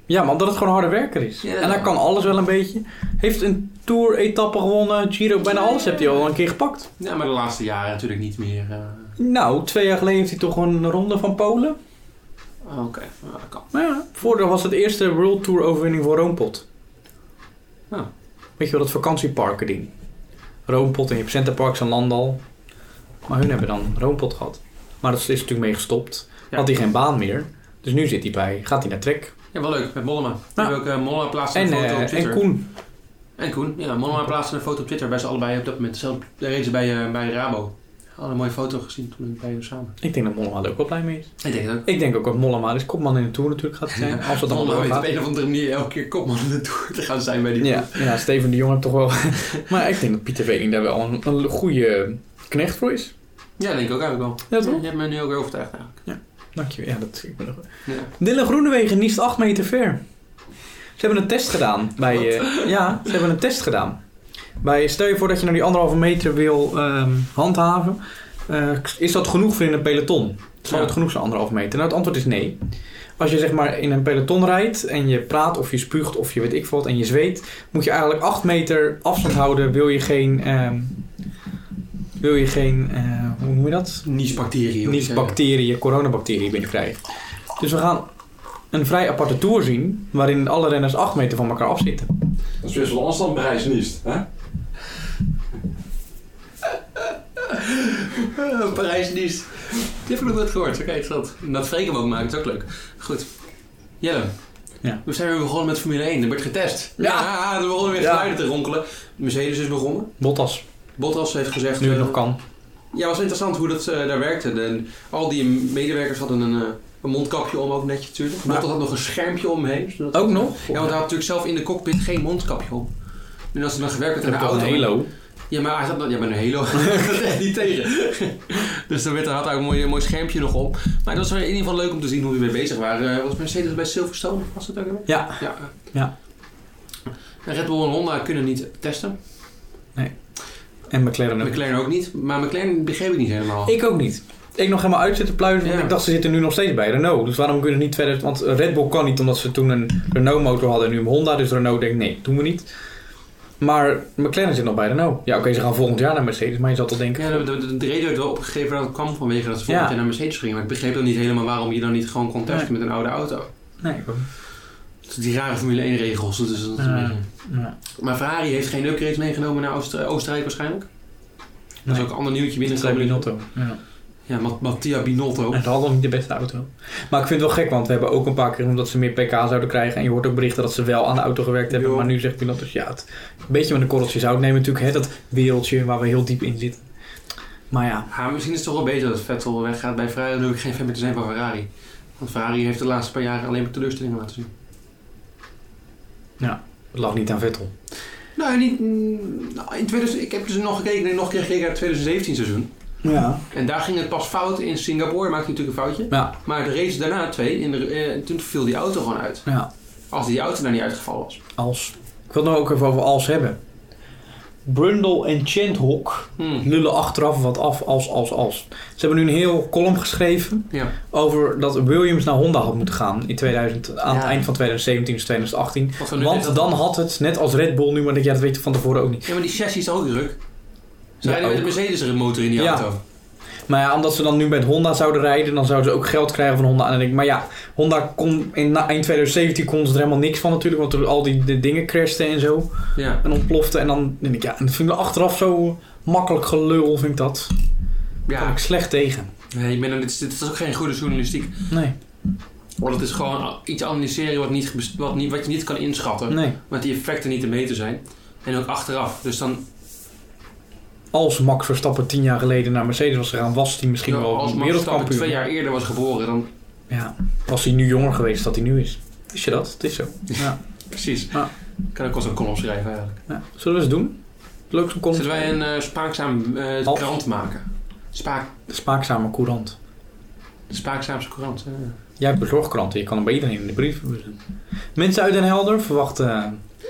Speaker 4: Ja, maar omdat het gewoon harde werker is.
Speaker 2: Ja,
Speaker 4: en hij
Speaker 2: ja.
Speaker 4: kan alles wel een beetje. Heeft een Tour-etappe gewonnen, Giro, bijna alles heeft hij al een keer gepakt.
Speaker 2: Ja, maar de laatste jaren natuurlijk niet meer. eh,
Speaker 4: Nou, twee jaar geleden heeft hij toch gewoon een ronde van Polen.
Speaker 2: Oké, nou, dat kan.
Speaker 4: Maar ja, voordeel was het eerste World Tour overwinning voor Roompot. Ah,
Speaker 2: Ja.
Speaker 4: Weet je wel, dat vakantieparken ding. Roompot en je hebt Centerparks en Landal. Maar hun hebben dan Roompot gehad. Maar dat is natuurlijk mee gestopt.
Speaker 2: Ja.
Speaker 4: Had hij geen baan meer. Dus nu zit hij bij, gaat hij naar Trek.
Speaker 2: Ja, wel leuk, met Mollema. Ik
Speaker 4: Ja.
Speaker 2: heb ook eh, Mollema plaatste
Speaker 4: En,
Speaker 2: een foto
Speaker 4: eh,
Speaker 2: op Twitter.
Speaker 4: en Koen.
Speaker 2: En Koen, ja. Mollema plaatste een foto op Twitter bij ze allebei op dat moment. Zelf, daar reden ze bij, eh, bij Rabo. Hadden een mooie foto gezien toen bij hun samen.
Speaker 4: Ik denk dat Mollema er ook wel blij mee is.
Speaker 2: Ik denk dat ook.
Speaker 4: Ik denk ook dat Mollema dus kopman in de Tour natuurlijk gaat zijn. Als dat allemaal
Speaker 2: Mollema weet op
Speaker 4: doorgaat.
Speaker 2: een of andere manier elke keer kopman in de Tour te gaan zijn bij die
Speaker 4: Ja,
Speaker 2: ploeg.
Speaker 4: ja, Steven de Jong heeft toch wel... maar ik denk dat Pieter Veling daar wel een, een goede knecht voor is.
Speaker 2: Ja, denk ik ook eigenlijk wel.
Speaker 4: Ja, toch?
Speaker 2: Je hebt me nu ook weer overtuigd eigenlijk.
Speaker 4: Dankjewel. Ja, dat, ik ben er-
Speaker 2: Ja.
Speaker 4: Dylan Groenewegen niest 8 meter ver. Ze hebben een test gedaan bij. eh, ja, ze hebben een test gedaan. Bij, stel je voor dat je nou die anderhalve meter wil ehm, handhaven. eh, is dat genoeg voor in een peloton? Zal
Speaker 2: Ja.
Speaker 4: het genoeg zijn, anderhalve meter? Nou, het antwoord is nee. Als je zeg maar in een peloton rijdt en je praat of je spuugt of je weet ik wat en je zweet, moet je eigenlijk 8 meter afstand houden. Wil je geen. ehm, wil je geen. eh, hoe noem je dat?
Speaker 2: Niesbacteriën.
Speaker 4: niet bacteriën, coronabacteriën binnenkrijgen. Dus we gaan een vrij aparte tour zien, waarin alle renners 8 meter van elkaar afzitten.
Speaker 1: Dat is best wel afstand bij Reis Niest, hè?
Speaker 2: Parijs Nies. Die heb ik nog nooit gehoord. Oké, interessant. En Dat Freek hem ook maakt, dat is ook leuk. Goed. Jelle.
Speaker 4: Ja.
Speaker 2: We zijn weer begonnen met Formule 1. Er werd getest.
Speaker 4: Ja.
Speaker 2: er begonnen weer
Speaker 4: Ja.
Speaker 2: geluiden te ronkelen. Mercedes is begonnen.
Speaker 4: Bottas,
Speaker 2: Bottas heeft gezegd...
Speaker 4: nu het
Speaker 2: eh,
Speaker 4: nog kan.
Speaker 2: Ja, was interessant hoe dat eh, daar werkte. De- al die medewerkers hadden een, eh, een mondkapje om, ook netjes natuurlijk.
Speaker 4: Maar-
Speaker 2: Bottas had nog een schermpje omheen. zodat-
Speaker 4: Ook nog?
Speaker 2: Ja, want hij had natuurlijk zelf in de cockpit geen mondkapje om. En als hij dan gewerkt werd
Speaker 4: Heb
Speaker 2: aan de
Speaker 4: ik al
Speaker 2: auto...
Speaker 4: een halo.
Speaker 2: Ja, maar hij zat nog... Ja, maar een halo. dat is niet tegen. dus dan werd, had hij ook een mooi, een mooi schermpje nog op. Maar dat was wel in ieder geval leuk om te zien hoe we mee bezig waren. Eh, was Mercedes bij Silverstone? Was dat ook weer?
Speaker 4: Ja,
Speaker 2: Ja.
Speaker 4: Ja.
Speaker 2: En Red Bull en Honda kunnen niet testen.
Speaker 4: en McLaren ook.
Speaker 2: McLaren ook niet. Maar McLaren begreep ik niet helemaal.
Speaker 4: Ik ook niet. Ik nog helemaal uit zitten pluizen, want
Speaker 2: Ja.
Speaker 4: ik dacht ze zitten nu nog steeds bij Renault. Dus waarom kunnen ze niet verder? Want Red Bull kan niet, omdat ze toen een Renault motor hadden en nu een Honda. Dus Renault denkt, nee, doen we niet. Maar McLaren zit nog bij Renault. Ja, oké, ze gaan volgend jaar naar Mercedes, maar je zal toch denken...
Speaker 2: Ja, de, de, de reden werd wel opgegeven dat het kwam vanwege dat ze volgend
Speaker 4: Ja.
Speaker 2: jaar naar Mercedes gingen. Maar ik begreep dan niet helemaal waarom je dan niet gewoon kon testen met een oude auto.
Speaker 4: Nee, ik ook niet.
Speaker 2: Dus die rare Formule 1 regels. Dat is, dat is
Speaker 4: Ja.
Speaker 2: een beetje-
Speaker 4: Ja.
Speaker 2: Maar Ferrari heeft geen upgrades meegenomen naar Oost- Oostenrijk waarschijnlijk. Dat is
Speaker 4: Nee.
Speaker 2: ook een ander nieuwtje
Speaker 4: Dit zijn
Speaker 2: binnen.
Speaker 4: Binotto. Ja.
Speaker 2: Ja, Mat- Mattia
Speaker 4: En
Speaker 2: Binotto.
Speaker 4: ze Nou, hadden nog niet de beste auto. Maar ik vind het wel gek, want we hebben ook een paar keer genoemd dat ze meer pk zouden krijgen. En je hoort ook berichten dat ze wel aan de auto gewerkt hebben.
Speaker 2: Ja.
Speaker 4: Maar nu zegt Pilatus, ja, het, een beetje met een korreltje zout nemen natuurlijk. Hè, dat wereldje waar we heel diep in zitten. Maar ja,
Speaker 2: Ja, misschien is het toch wel beter dat Vettel weggaat bij Ferrari. Dan hoef ik geen fan meer te zijn van Ferrari. Want Ferrari heeft de laatste paar jaren alleen maar teleurstellingen laten zien.
Speaker 4: het lag niet aan Vettel.
Speaker 2: Nou, niet, mm, nou, in 2000, ik heb dus nog gekeken, ik heb nog een keer gekeken naar het 2017 seizoen.
Speaker 4: Ja.
Speaker 2: En daar ging het pas fout. In Singapore maakte hij natuurlijk een foutje.
Speaker 4: Ja,
Speaker 2: Maar de race daarna, twee, in de, eh, toen viel die auto gewoon uit.
Speaker 4: ja.
Speaker 2: Als die auto daar niet uitgevallen was.
Speaker 4: Als. Ik wil het nou ook even over als hebben. Brundle en Chandhok
Speaker 2: Hmm.
Speaker 4: lullen achteraf wat af als, als, als. Ze hebben nu een heel column geschreven.
Speaker 2: Ja.
Speaker 4: over dat Williams naar Honda had moeten gaan in 2000, aan het
Speaker 2: Ja.
Speaker 4: eind van 2017 dus 2018.
Speaker 2: Wat we nu net
Speaker 4: Want
Speaker 2: hadden.
Speaker 4: dan had het, net als Red Bull nu, maar dat, ja, dat weet je van tevoren ook niet.
Speaker 2: ja, maar die chassis is ook druk. Ze
Speaker 4: Ja,
Speaker 2: rijden met
Speaker 4: ook.
Speaker 2: een Mercedes-motor in die
Speaker 4: Ja.
Speaker 2: auto.
Speaker 4: Maar ja, omdat ze dan nu met Honda zouden rijden, dan zouden ze ook geld krijgen van Honda. En dan denk ik, maar ja, Honda kon in na, eind 2017 kon ze er helemaal niks van natuurlijk, want er al die de dingen crashten en zo
Speaker 2: Ja.
Speaker 4: en ontplofte. En dan denk ik, ja, en dat vind ik achteraf zo makkelijk gelul, vind ik dat. Daar kom
Speaker 2: Ja,
Speaker 4: ik slecht tegen.
Speaker 2: nee, ik ben er- dit, is- dit is ook geen goede journalistiek.
Speaker 4: Nee,
Speaker 2: Want het is gewoon iets analyseren wat, niet, gebes- wat, niet, wat je niet kan inschatten.
Speaker 4: nee.
Speaker 2: Want die effecten niet te meten zijn. En ook achteraf. Dus dan
Speaker 4: als Max Verstappen tien jaar geleden naar Mercedes was gegaan, was hij misschien
Speaker 2: Ja,
Speaker 4: wel
Speaker 2: als
Speaker 4: een
Speaker 2: Max Verstappen
Speaker 4: wereldkampioen.
Speaker 2: twee jaar eerder was geboren, dan
Speaker 4: Ja, was hij nu jonger geweest dan hij nu is. Wist je dat? Het is zo. Ja.
Speaker 2: precies.
Speaker 4: Ja.
Speaker 2: Kan ik ook als een column schrijven eigenlijk.
Speaker 4: Ja. Zullen we eens doen? Leuk zo'n column.
Speaker 2: Zullen wij een eh, spaakzaam eh,
Speaker 4: Als-
Speaker 2: krant maken? Spaak,
Speaker 4: De spaakzame courant.
Speaker 2: de spaakzaamste krant. eh.
Speaker 4: Jij hebt bezorgkranten, je kan hem bij iedereen in de brief doen. Mensen uit Den Helder verwachten eh,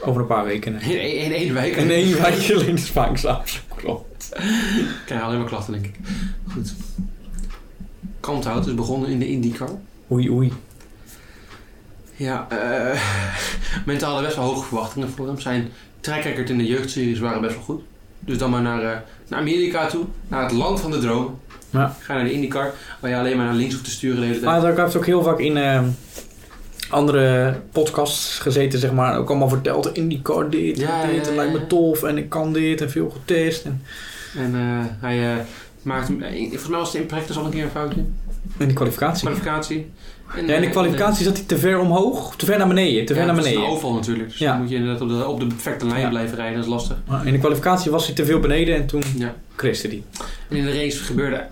Speaker 4: over een paar weken
Speaker 2: In één- in één wijk.
Speaker 4: in één wijk alleen de spaakzaamse krant.
Speaker 2: Ik krijg alleen maar klachten, denk ik. Goed. Kanthout is begonnen in de IndyCar.
Speaker 4: Oei, oei.
Speaker 2: Ja, eh mensen hadden best wel hoge verwachtingen voor hem. Zijn trekrekkers in de jeugdseries waren best wel goed. Dus dan maar naar, eh, naar Amerika toe, naar het land van de droom.
Speaker 4: Ja.
Speaker 2: Ga naar de IndyCar, waar je alleen maar naar links hoeft te sturen de hele tijd.
Speaker 4: Maar hij heeft ook heel vaak in eh, andere podcasts gezeten, zeg maar. Ook allemaal verteld, IndyCar dit,
Speaker 2: Ja,
Speaker 4: en dit, en
Speaker 2: ja, ja,
Speaker 4: lijkt me
Speaker 2: ja.
Speaker 4: tof, en ik kan dit, en veel getest. En,
Speaker 2: En eh, hij eh, maakte, eh, volgens mij was het in practice al een keer een foutje.
Speaker 4: en die kwalificatie.
Speaker 2: Kwalificatie. En,
Speaker 4: Ja, in de
Speaker 2: eh,
Speaker 4: kwalificatie zat hij te ver omhoog, te ver naar beneden, te
Speaker 2: ja,
Speaker 4: ver naar
Speaker 2: het is
Speaker 4: beneden.
Speaker 2: een oval natuurlijk, dus
Speaker 4: Ja.
Speaker 2: dan moet je inderdaad op de, op de perfecte lijn
Speaker 4: Ja.
Speaker 2: blijven rijden, dat is lastig.
Speaker 4: Maar In de kwalificatie was hij te veel beneden en toen
Speaker 2: Ja.
Speaker 4: criste hij.
Speaker 2: En in de race gebeurde,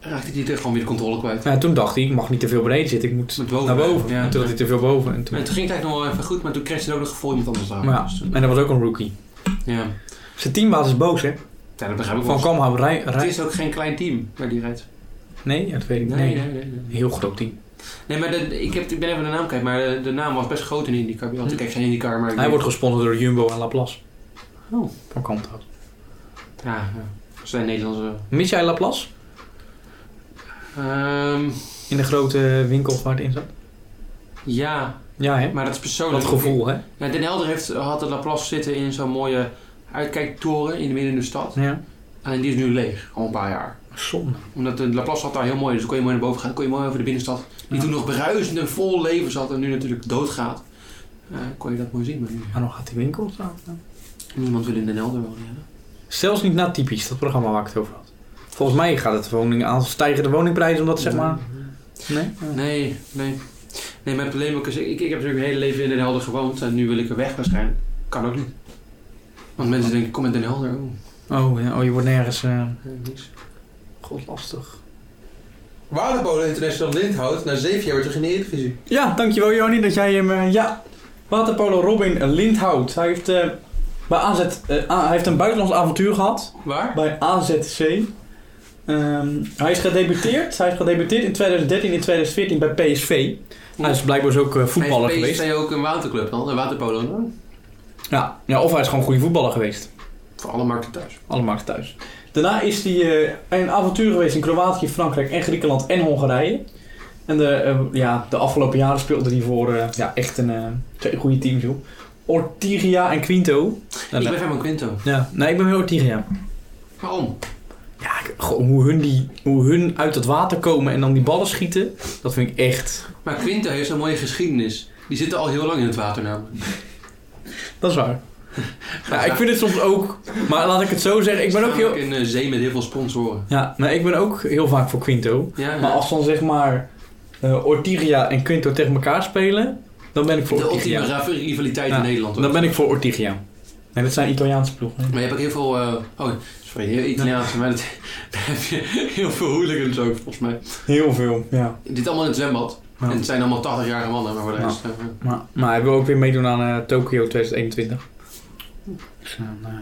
Speaker 2: raakte hij er gewoon weer de controle kwijt.
Speaker 4: Nou Ja, toen dacht hij, ik mag niet te veel beneden zitten, ik moet
Speaker 2: Moet boven
Speaker 4: naar
Speaker 2: blijven,
Speaker 4: boven.
Speaker 2: ja.
Speaker 4: en toen had hij te veel boven. En toen,
Speaker 2: En toen ging het eigenlijk nog wel even goed, maar toen kreeg hij ook nog voor iemand anders aan.
Speaker 4: maar ja, en dat was ook een rookie.
Speaker 2: ja.
Speaker 4: Zijn teambaas is boos, hè?
Speaker 2: Ja, dat begrijp ik wel.
Speaker 4: Van Kamham rij,
Speaker 2: Het
Speaker 4: rij...
Speaker 2: is ook geen klein team waar die rijdt.
Speaker 4: Nee, ja, dat weet ik niet.
Speaker 2: Nee,
Speaker 4: Nee,
Speaker 2: nee, nee. nee.
Speaker 4: Heel groot team.
Speaker 2: Nee, maar de- ik, heb, ik ben even de naam kwijt, maar eh, de, de naam was best groot in de IndyCar. Want ik kijk geen IndyCar, maar... ik
Speaker 4: Hij
Speaker 2: weet-
Speaker 4: wordt gesponsord door Jumbo en Laplace.
Speaker 2: Oh.
Speaker 4: Van Kanthout.
Speaker 2: Ja, ja. Dat zijn Nederlandse...
Speaker 4: Mis jij Laplace?
Speaker 2: Ehm,
Speaker 4: In de grote winkel waar het in zat?
Speaker 2: ja,
Speaker 4: Ja, hè?
Speaker 2: maar dat is persoonlijk.
Speaker 4: Dat gevoel, hè?
Speaker 2: Ja, Den Helder heeft, had de Laplace zitten in zo'n mooie uitkijktoren in de midden in de stad.
Speaker 4: Ja.
Speaker 2: En die is nu leeg, al een paar jaar.
Speaker 4: Zonde.
Speaker 2: Omdat de Laplace zat daar heel mooi, dus kon je mooi naar boven gaan, kon je mooi over de binnenstad. Die
Speaker 4: Ja.
Speaker 2: toen nog bruisend en vol leven zat en nu natuurlijk doodgaat. Eh, kon je dat mooi zien, maar nu...
Speaker 4: Waarom gaat die winkel staan?
Speaker 2: Niemand wil in Den Helder wonen, ja.
Speaker 4: Zelfs niet na typisch, dat programma waar ik het over had. Volgens mij gaat het woning aan stijgen de woningprijzen omdat zeg maar. Nee?
Speaker 2: Nee, nee. Nee, mijn probleem ook is, ik, ik heb natuurlijk mijn hele leven in Den Helder gewoond en nu wil ik er weg waarschijnlijk. Kan ook niet. Want mensen denken, kom in Den Helder. Oh,
Speaker 4: Oh, ja, oh je wordt nergens. eh
Speaker 2: nee, niks.
Speaker 4: God lastig.
Speaker 2: Waterpolen International Lindhout, na zeven jaar weer terug in de Eredivisie.
Speaker 4: Ja, dankjewel Joni dat jij hem. eh, ja, waterpolo Robin Lindhout. Hij heeft, eh, bij AZ, eh, a- hij heeft een buitenlands avontuur gehad
Speaker 2: Waar?
Speaker 4: bij AZC. Ehm, hij is gedebuteerd. Hij is gedebuteerd in 2013 en 2014 bij PSV. Hij is blijkbaar dus ook eh, voetballer
Speaker 2: Hij is
Speaker 4: geweest.
Speaker 2: PSV ook een waterclub dan, een waterpolo. dan?
Speaker 4: Ja. ja, of hij is gewoon een goede voetballer geweest.
Speaker 2: Voor alle markten thuis.
Speaker 4: Allemaal thuis. Daarna is hij eh, een avontuur geweest in Kroatië, Frankrijk en Griekenland en Hongarije. En de, eh, ja, de afgelopen jaren speelde hij voor eh, ja, echt een eh, twee goede teams, joh. Ortigia en Quinto.
Speaker 2: ik ben van Quinto.
Speaker 4: Ja, nee, ik ben heel Ortigia.
Speaker 2: Waarom?
Speaker 4: Ja, ik- gewoon hoe hun, die, hoe hun uit het water komen en dan die ballen schieten, dat vind ik echt...
Speaker 2: Maar Quinto heeft zo'n mooie geschiedenis. Die zitten al heel lang in het water nou. namelijk.
Speaker 4: Dat is waar. Ja, ik vind het soms ook... Maar laat ik het zo zeggen, ik ben ook heel...
Speaker 2: in eh, zee met heel veel sponsoren.
Speaker 4: Ja, maar ik ben ook heel vaak voor Quinto.
Speaker 2: Ja,
Speaker 4: Maar als dan zeg maar eh Ortigia en Quinto tegen elkaar spelen, dan ben ik voor
Speaker 2: de ultieme
Speaker 4: Ortigia.
Speaker 2: ra- rivaliteit
Speaker 4: Ja,
Speaker 2: in Nederland. hoor.
Speaker 4: Dan ben ik voor Ortigia. En dat zijn Italiaanse ploegen.
Speaker 2: Maar je hebt ook heel veel. eh, oh, sorry, heel Italiaans. Maar dat, daar heb je heel veel hooligans ook, volgens mij.
Speaker 4: Heel veel, ja.
Speaker 2: Dit allemaal in het zwembad.
Speaker 4: Ja.
Speaker 2: En het zijn allemaal 80-jarige mannen, maar voor de rest. eh,
Speaker 4: Maar, maar hij wil ook weer meedoen aan eh Tokio 2021. Dus, eh, nou ja.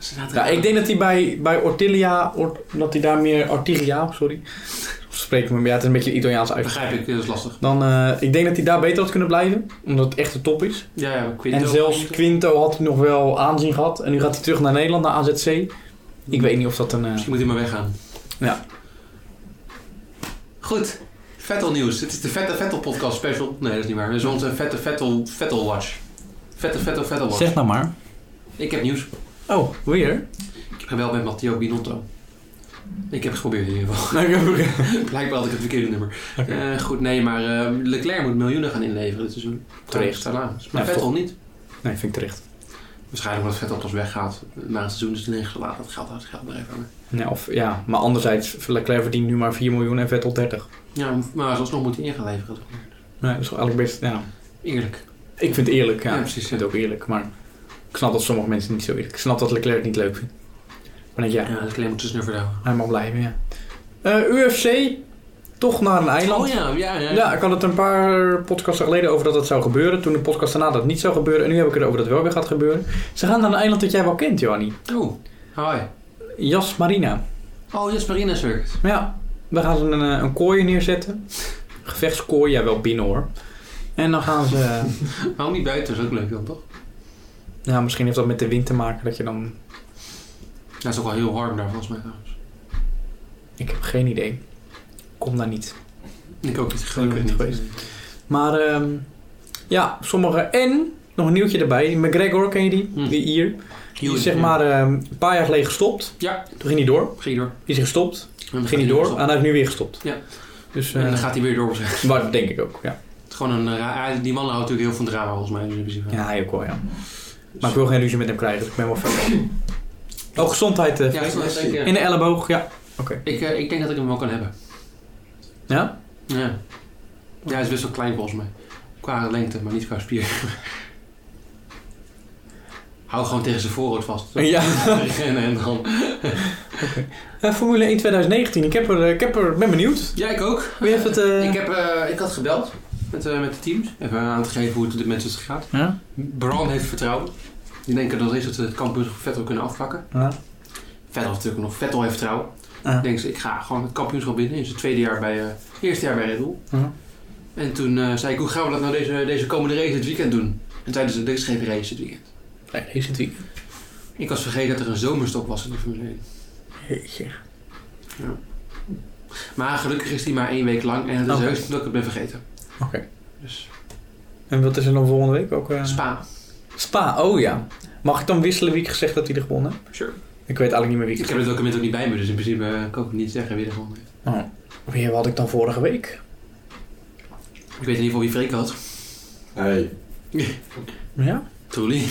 Speaker 2: is inderdaad-
Speaker 4: Ja, ik denk dat hij bij, bij Ortilia, Or- dat hij daar meer Ortigia, sorry. Of spreek ik me, maar ja, het is een beetje een Italiaanse uitspraak.
Speaker 2: Begrijp ik, dit is lastig.
Speaker 4: Dan, eh, ik denk dat hij daar beter had kunnen blijven, omdat het echt de top is.
Speaker 2: Ja, ja, Quinto.
Speaker 4: En zelfs Quinto had hij nog wel aanzien gehad. En nu gaat hij terug naar Nederland, naar AZC. Ik weet niet of dat een... eh,
Speaker 2: Misschien moet hij maar weggaan.
Speaker 4: Ja.
Speaker 2: Goed. Vettel nieuws. Dit is de Vette Vettel podcast special. Nee, dat is niet waar. Dit is onze Vette Vettel Vettel watch. Vette Vettel Vettel watch.
Speaker 4: nou maar.
Speaker 2: Ik heb nieuws.
Speaker 4: Oh, weer?
Speaker 2: Ik ben wel bij Matteo Binotto. Ik heb het geprobeerd in ieder geval. Blijkbaar had ik het verkeerde nummer. Eh, goed, nee, maar eh, Leclerc moet miljoenen gaan inleveren dit seizoen.
Speaker 4: Terecht.
Speaker 2: Salaris. Maar
Speaker 4: Ja,
Speaker 2: Vettel niet.
Speaker 4: Nee, vind ik terecht.
Speaker 2: Waarschijnlijk omdat Vettel pas weggaat. Na het seizoen is het ingelaten. Dat geld uit, geld maar even. aan.
Speaker 4: Nee, of, ja, maar anderzijds, Leclerc verdient nu maar 4 miljoen en Vettel 30.
Speaker 2: Ja, maar alsnog moet hij in gaan leveren. toch?
Speaker 4: Nee, dat is eigenlijk best... Ja.
Speaker 2: Eerlijk.
Speaker 4: Ik vind het eerlijk, ja.
Speaker 2: Ja, precies,
Speaker 4: Ik vind het ook eerlijk, maar... Ik snap dat sommige mensen het niet zo eerlijk. Ik snap dat Leclerc het niet leuk vindt. Maar Maar dat ja,
Speaker 2: Ja, dat claim moet tussen verhouden.
Speaker 4: hij mag blijven, ja. Eh, UFC, toch naar een eiland.
Speaker 2: Oh ja, ja, ja.
Speaker 4: Ja, ik had het een paar podcasten geleden over dat dat zou gebeuren. Toen de podcast daarna dat niet zou gebeuren. En nu heb ik het over dat het wel weer gaat gebeuren. Ze gaan naar een eiland dat jij wel kent, Johanny.
Speaker 2: Oh, hoi.
Speaker 4: Jas Marina.
Speaker 2: Oh, Jasperina Circus.
Speaker 4: Maar ja, we gaan ze een, eh, een kooi neerzetten. Gevechtskooi, ja wel binnen hoor. En dan gaan ze... eh,
Speaker 2: Waarom niet buiten? Dat is ook leuk dan, toch?
Speaker 4: nou, misschien heeft dat met de wind te maken dat je dan...
Speaker 2: Dat is ook wel heel warm daar, volgens mij. trouwens.
Speaker 4: Ik heb geen idee. Kom daar niet.
Speaker 2: Ik ook niet.
Speaker 4: Ik ben niet Maar ehm, ja, sommige... En, nog een nieuwtje erbij. McGregor, ken je die?
Speaker 2: Hm.
Speaker 4: Die hier. Die is zeg maar ehm, een paar jaar geleden gestopt.
Speaker 2: Ja,
Speaker 4: Toen ging hij door.
Speaker 2: ging door.
Speaker 4: Die is gestopt.
Speaker 2: Dan
Speaker 4: Ging hij door en hij is nu weer gestopt.
Speaker 2: Ja.
Speaker 4: Dus,
Speaker 2: En
Speaker 4: eh
Speaker 2: dan gaat hij weer door. zeg.
Speaker 4: waar- dat denk ik ook, ja.
Speaker 2: Het is gewoon een eh, raar... Die man houdt natuurlijk heel van drama, volgens mij. Dus in principe-
Speaker 4: Ja, hij ook wel, ja. Maar ik wil geen illusie met hem krijgen, dus ik ben wel ver. Oh, gezondheid. eh,
Speaker 2: Ja,
Speaker 4: Freek.
Speaker 2: ik, ik, eh,
Speaker 4: in de elleboog, ja. Oké.
Speaker 2: ik, eh, ik denk dat ik hem wel kan hebben.
Speaker 4: Ja?
Speaker 2: Ja. Ja, hij is best wel klein volgens mij. Qua lengte, maar niet qua spier. Hou gewoon tegen zijn voorhoofd vast.
Speaker 4: Ja.
Speaker 2: en, en dan.
Speaker 4: Eh, Formule 1 2019, ik, heb er, eh, ik heb er, ben benieuwd.
Speaker 2: Ja, ik ook.
Speaker 4: Wie heeft het... eh,
Speaker 2: Ik, heb, eh, ik had gebeld met, eh, met de teams. Even aan te geven hoe het de mensen gaat.
Speaker 4: Ja?
Speaker 2: Brown heeft vertrouwen. Die denken dat is dat ze het kampioen Vettel kunnen afpakken.
Speaker 4: Ja.
Speaker 2: Vettel heeft natuurlijk nog Vettel heeft vertrouwen.
Speaker 4: Ja.
Speaker 2: Ik denk, ik ga gewoon het kampioenschap winnen in zijn tweede jaar bij, eh, eerste jaar bij Red Bull.
Speaker 4: Ja.
Speaker 2: En toen eh, zei ik, hoe gaan we dat nou deze, deze komende race dit weekend doen? En zeiden ze, er is geen race dit weekend.
Speaker 4: Nee, deze het weekend.
Speaker 2: Ik was vergeten dat er een zomerstop was in de Formule 1.
Speaker 4: Jeetje.
Speaker 2: Maar gelukkig is die maar één week lang en het is
Speaker 4: Oké.
Speaker 2: heus niet dat ik het ben vergeten.
Speaker 4: Oké.
Speaker 2: Dus
Speaker 4: En wat is er dan volgende week ook? eh?
Speaker 2: Spa.
Speaker 4: Spa, oh ja. Mag ik dan wisselen wie ik gezegd dat hij er gewonnen heeft?
Speaker 2: Sure.
Speaker 4: Ik weet eigenlijk niet meer wie ik
Speaker 2: Ik heb het document ook niet bij me, dus in principe eh, kan ik niet zeggen wie er gewonnen heeft.
Speaker 4: Oh. Wie had ik dan vorige week?
Speaker 2: Ik weet in ieder geval wie Freek had.
Speaker 1: Hey.
Speaker 4: Ja?
Speaker 2: Truly.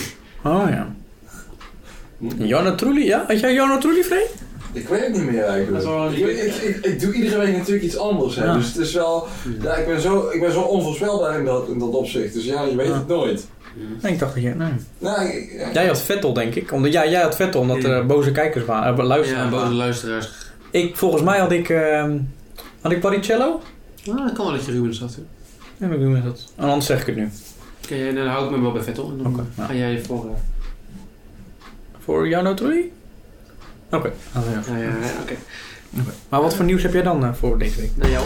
Speaker 4: Oh ja. Janne Trulli, ja? Had jij Janne Trulli, Freek?
Speaker 1: Ik weet het niet meer
Speaker 2: Dat
Speaker 1: eigenlijk.
Speaker 2: is wel-
Speaker 1: Ik, weet- ik, ik, ik doe iedere week natuurlijk iets anders. Hè.
Speaker 4: Ja.
Speaker 1: Dus het is wel. Ja, ik, ben zo, ik ben zo onvoorspelbaar in dat, in dat opzicht. Dus ja, je weet
Speaker 4: Ja.
Speaker 1: het nooit.
Speaker 4: Nee, ik dacht dat je... Nee.
Speaker 1: Nou, ik- ja.
Speaker 4: Jij had Vettel, denk ik. Omdat, ja, jij had Vettel, omdat er
Speaker 2: Ja.
Speaker 4: boze kijkers waren. eh, luisteraars
Speaker 2: Ja, boze
Speaker 4: waren.
Speaker 2: luisteraars.
Speaker 4: Ik, volgens mij had ik... ehm, had ik Baricello?
Speaker 2: Ah, het kan wel dat je Rubens had. hè.
Speaker 4: Ja, maar wie met dat? En anders zeg ik het nu.
Speaker 2: Oké, dan hou ik me wel bij Vettel. En dan
Speaker 4: Oké, nou. ja.
Speaker 2: ga jij voor... eh,
Speaker 4: Voor Jano Trulli? Oké. Ah,
Speaker 2: ja, ja, ja, oké.
Speaker 4: Maar wat voor nieuws heb jij dan eh, voor deze week?
Speaker 2: Naar jou.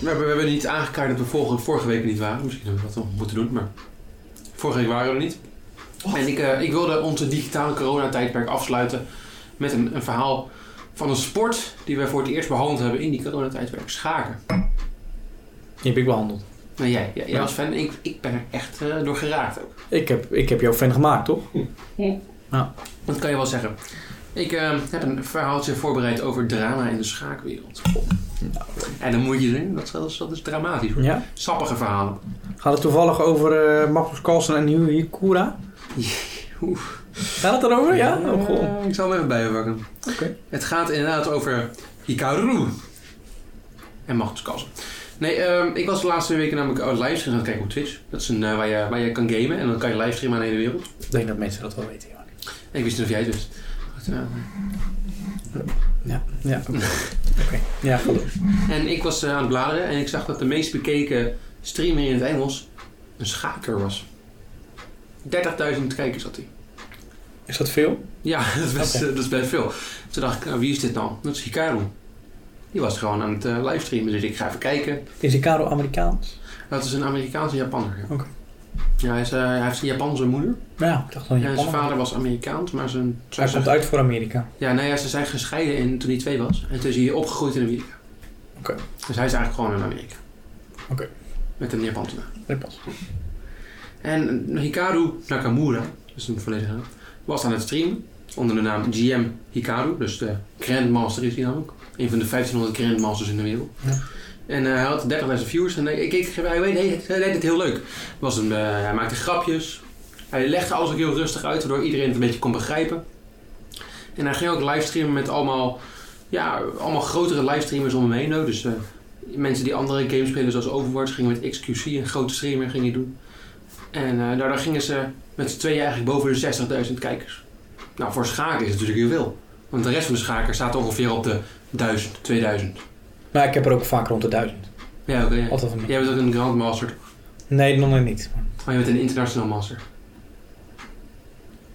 Speaker 2: We hebben, we hebben niet aangekaart dat we vorige, vorige week er niet waren. Misschien hebben we dat nog moeten doen, maar vorige week waren we er niet. En ik, eh, ik wilde onze digitale coronatijdperk afsluiten met een, een verhaal van een sport die wij voor het eerst behandeld hebben in die coronatijdperk. Schaken.
Speaker 4: Die heb ik behandeld.
Speaker 2: Nou, jij, jij, jij
Speaker 4: Ja.
Speaker 2: was fan, ik, ik ben er echt eh, door geraakt ook.
Speaker 4: Ik heb, ik heb jou fan gemaakt, toch?
Speaker 2: Dat kan je wel zeggen. Ik eh, heb een verhaaltje voorbereid over drama in de schaakwereld. En dan moet je zeggen, dat is, dat is- dat is dramatisch. hoor.
Speaker 4: Ja.
Speaker 2: Sappige verhalen.
Speaker 4: Gaat het toevallig over eh Magnus Carlsen en Hugh Hikura?
Speaker 2: Oeh.
Speaker 4: Gaat het erover? Ja? Oh, goh. Oké.
Speaker 2: Eh, ik zal hem even bijpakken. Het gaat inderdaad over Hikaru. En Magnus Carlsen. Nee, ehm, ik was de laatste weken namelijk een livestream aan het kijken op Twitch. Dat is een, eh, waar, je, waar je kan gamen en dan kan je livestreamen aan de hele wereld.
Speaker 4: Ik denk dat mensen dat wel weten, Johan.
Speaker 2: Ik wist niet of jij het wist. Goed, eh,
Speaker 4: Ja. Ja, oké. Oké. Ja, goed.
Speaker 2: En ik was eh, aan het bladeren en ik zag dat de meest bekeken streamer in het Engels een schaker was. 30.000 kijkers had hij.
Speaker 4: Is dat veel?
Speaker 2: Ja, dat is, best,
Speaker 4: Oké.
Speaker 2: eh, dat is best veel. Toen dacht ik, nou, wie is dit nou? Dat is Hikaru. Die was gewoon aan het eh, livestreamen, dus ik ga even kijken.
Speaker 4: Is Hikaru Amerikaans?
Speaker 2: Dat is een Amerikaanse Japanner. ja.
Speaker 4: Oké.
Speaker 2: Ja, hij, is, eh, hij heeft een Japanse moeder.
Speaker 4: Ja, ik dacht dat
Speaker 2: En
Speaker 4: Japan.
Speaker 2: zijn vader was Amerikaans, maar zijn...
Speaker 4: Hij komt uit voor Amerika.
Speaker 2: Ja, nee, ja, ze zijn gescheiden in, toen hij twee was. En toen is hij opgegroeid in Amerika.
Speaker 4: Oké.
Speaker 2: Dus hij is eigenlijk gewoon in Amerika.
Speaker 4: Oké.
Speaker 2: Met een Japanse naam.
Speaker 4: Dat pas.
Speaker 2: En Hikaru Nakamura, dat is een volledige naam, was aan het streamen. Onder de naam GM Hikaru, dus de Grandmaster is hij namelijk. Een van de 1500 Grandmasters in de wereld.
Speaker 4: Ja.
Speaker 2: En eh, hij had 30.000 views en eh, ik keek, hij, weet- hij, hij deed het heel leuk. Het Was een, eh, hij maakte grapjes, hij legde alles ook heel rustig uit, waardoor iedereen het een beetje kon begrijpen. En hij ging ook livestreamen met allemaal, ja, allemaal grotere livestreamers om hem heen. ook. Dus eh, mensen die andere games spelen, zoals Overwatch, gingen met XQC, een grote streamer, gingen doen. En eh, daardoor gingen ze met z'n tweeën eigenlijk boven de 60.000 kijkers. Nou, voor schaken is het natuurlijk heel veel. Want de rest van de schaker staat ongeveer op de 1000, 2000.
Speaker 4: Maar ik heb er ook vaak rond de 1000.
Speaker 2: Ja, oké. ja.
Speaker 4: Altijd een...
Speaker 2: Jij bent ook een grandmaster. toch?
Speaker 4: Nee, nog net niet.
Speaker 2: Maar je bent een international master.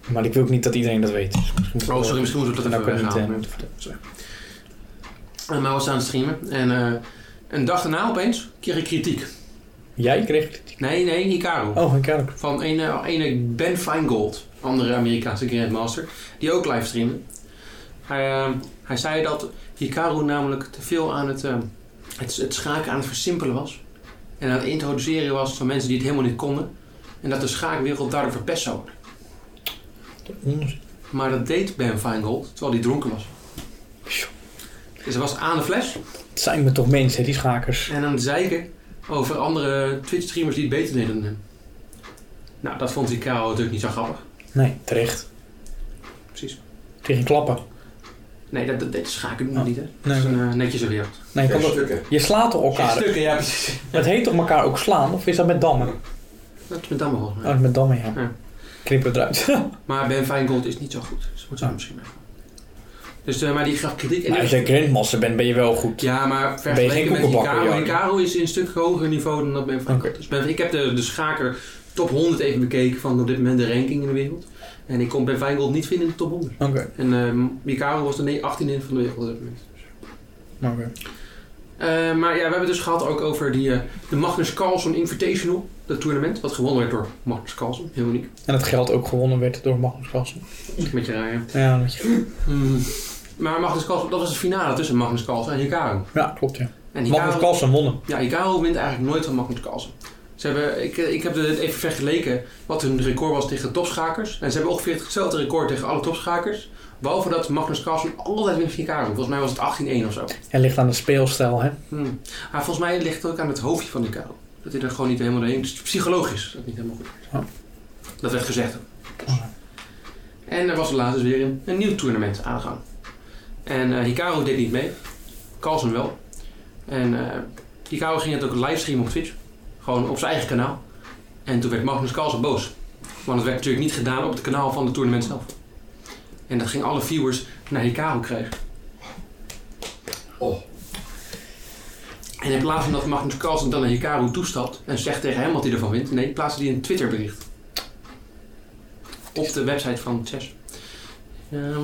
Speaker 4: Maar ik wil ook niet dat iedereen dat weet. Dus misschien moet ik
Speaker 2: Oh,
Speaker 4: wel-
Speaker 2: sorry, misschien moeten we dat
Speaker 4: Nou,
Speaker 2: even
Speaker 4: ik kan
Speaker 2: weghalen.
Speaker 4: niet, eh, moeten vertellen. Sorry.
Speaker 2: En Mao was aan het streamen. En eh, een dag daarna opeens kreeg ik kritiek.
Speaker 4: Jij kreeg kritiek.
Speaker 2: Nee, nee, Hikaru.
Speaker 4: Oh, ik kan ook.
Speaker 2: Van een, eh, ene Ben Feingold, andere Amerikaanse Grandmaster, die ook livestreamde. Hij, eh, hij zei dat Hikaru namelijk te veel aan het, eh, het, het schaken aan het versimpelen was. En aan het introduceren was van mensen die het helemaal niet konden. En dat de schaakwereld daardoor verpest zou worden.
Speaker 4: Onzin.
Speaker 2: Maar dat deed Ben Feingold, terwijl hij dronken was.
Speaker 4: Pjoh.
Speaker 2: Dus hij was aan de fles.
Speaker 4: Het zijn me toch mensen, die schakers.
Speaker 2: En aan het zeiken over andere Twitch-streamers die het beter deden dan hem. Nou, dat vond die Karel natuurlijk niet zo grappig.
Speaker 4: Nee, terecht.
Speaker 2: Precies.
Speaker 4: Tegen klappen.
Speaker 2: Nee, dat, dat, dat schaken doen we
Speaker 4: Oh.
Speaker 2: niet, hè? Dat
Speaker 4: Nee.
Speaker 2: is een eh, netjes wereld.
Speaker 4: Nee, je, kan dat-
Speaker 1: stukken.
Speaker 4: je slaat toch elkaar.
Speaker 2: Stukken, ja, precies.
Speaker 4: Het heet toch elkaar ook slaan? Of is dat met dammen? Oh,
Speaker 2: Dat is met Damme volgens mij.
Speaker 4: dat is met dammen, ja.
Speaker 2: Ja.
Speaker 4: Knippen eruit.
Speaker 2: Maar Ben Feingold is niet zo goed. Dus moet ze
Speaker 4: Oh. Nou,
Speaker 2: misschien mee. Dus, eh, maar die gaf kritiek. En
Speaker 4: Maar als
Speaker 2: die-
Speaker 4: jij grandmaster bent, ben je wel goed.
Speaker 2: Ja, maar
Speaker 4: geen
Speaker 2: vergeleken met
Speaker 4: koekenbakker,
Speaker 2: Hikaru.
Speaker 4: Jan.
Speaker 2: Hikaru is een stuk hoger niveau dan dat Ben Feingold
Speaker 4: Oké.
Speaker 2: is. Ben- Ik heb de, de schaker top 100 even bekeken van op dit moment de ranking in de wereld. En ik kon Ben Feingold niet vinden in de top 100.
Speaker 4: Oké.
Speaker 2: En ehm Mikaro was de 18 in van de wereld op dit moment.
Speaker 4: oké.
Speaker 2: Eh, maar ja, we hebben het dus gehad ook over die, eh, de Magnus Carlsen Invitational. Dat toernooi wat gewonnen werd door Magnus Carlsen. Heel uniek.
Speaker 4: En dat geld ook gewonnen werd door Magnus Carlsen.
Speaker 2: Een beetje raar, ja.
Speaker 4: Ja, dat je...
Speaker 2: Hmm. Maar Magnus Carlsen, dat was de finale tussen Magnus Carlsen en Hikaru.
Speaker 4: ja klopt, ja.
Speaker 2: En
Speaker 4: Magnus
Speaker 2: Hikaru,
Speaker 4: Carlsen wonnen.
Speaker 2: ja, Hikaru wint eigenlijk nooit van Magnus Carlsen. Ze hebben, ik, eh, ik heb het even vergeleken wat hun record was tegen topschakers. En ze hebben ongeveer hetzelfde record tegen alle topschakers. Behalve dat Magnus Carlsen altijd wint van Hikaru. Volgens mij was het 18-1 of zo.
Speaker 4: Hij ligt aan de speelstijl, hè.
Speaker 2: Hmm. Maar volgens mij ligt het ook aan het hoofdje van die kou. Dat hij er gewoon niet helemaal doorheen... Dus psychologisch is dat niet helemaal goed.
Speaker 4: Oh.
Speaker 2: Dat werd gezegd.
Speaker 4: Oh.
Speaker 2: En er was laatst weer een, een nieuw toernooi aan de gang. En eh, Hikaru deed niet mee. Carlsen wel. En eh, Hikaru ging het ook livestreamen op Twitch. Gewoon op zijn eigen kanaal. En toen werd Magnus Carlsen boos. Want het werd natuurlijk niet gedaan op het kanaal van het toernooi zelf. En dat ging alle viewers naar Hikaru krijgen.
Speaker 1: Oh.
Speaker 2: En in plaats van dat Magnus Carlsen dan naar Hikaru toestapt en zegt tegen hem wat hij ervan vindt, nee, plaatste hij een Twitterbericht. Op de website van Chess. Ehm,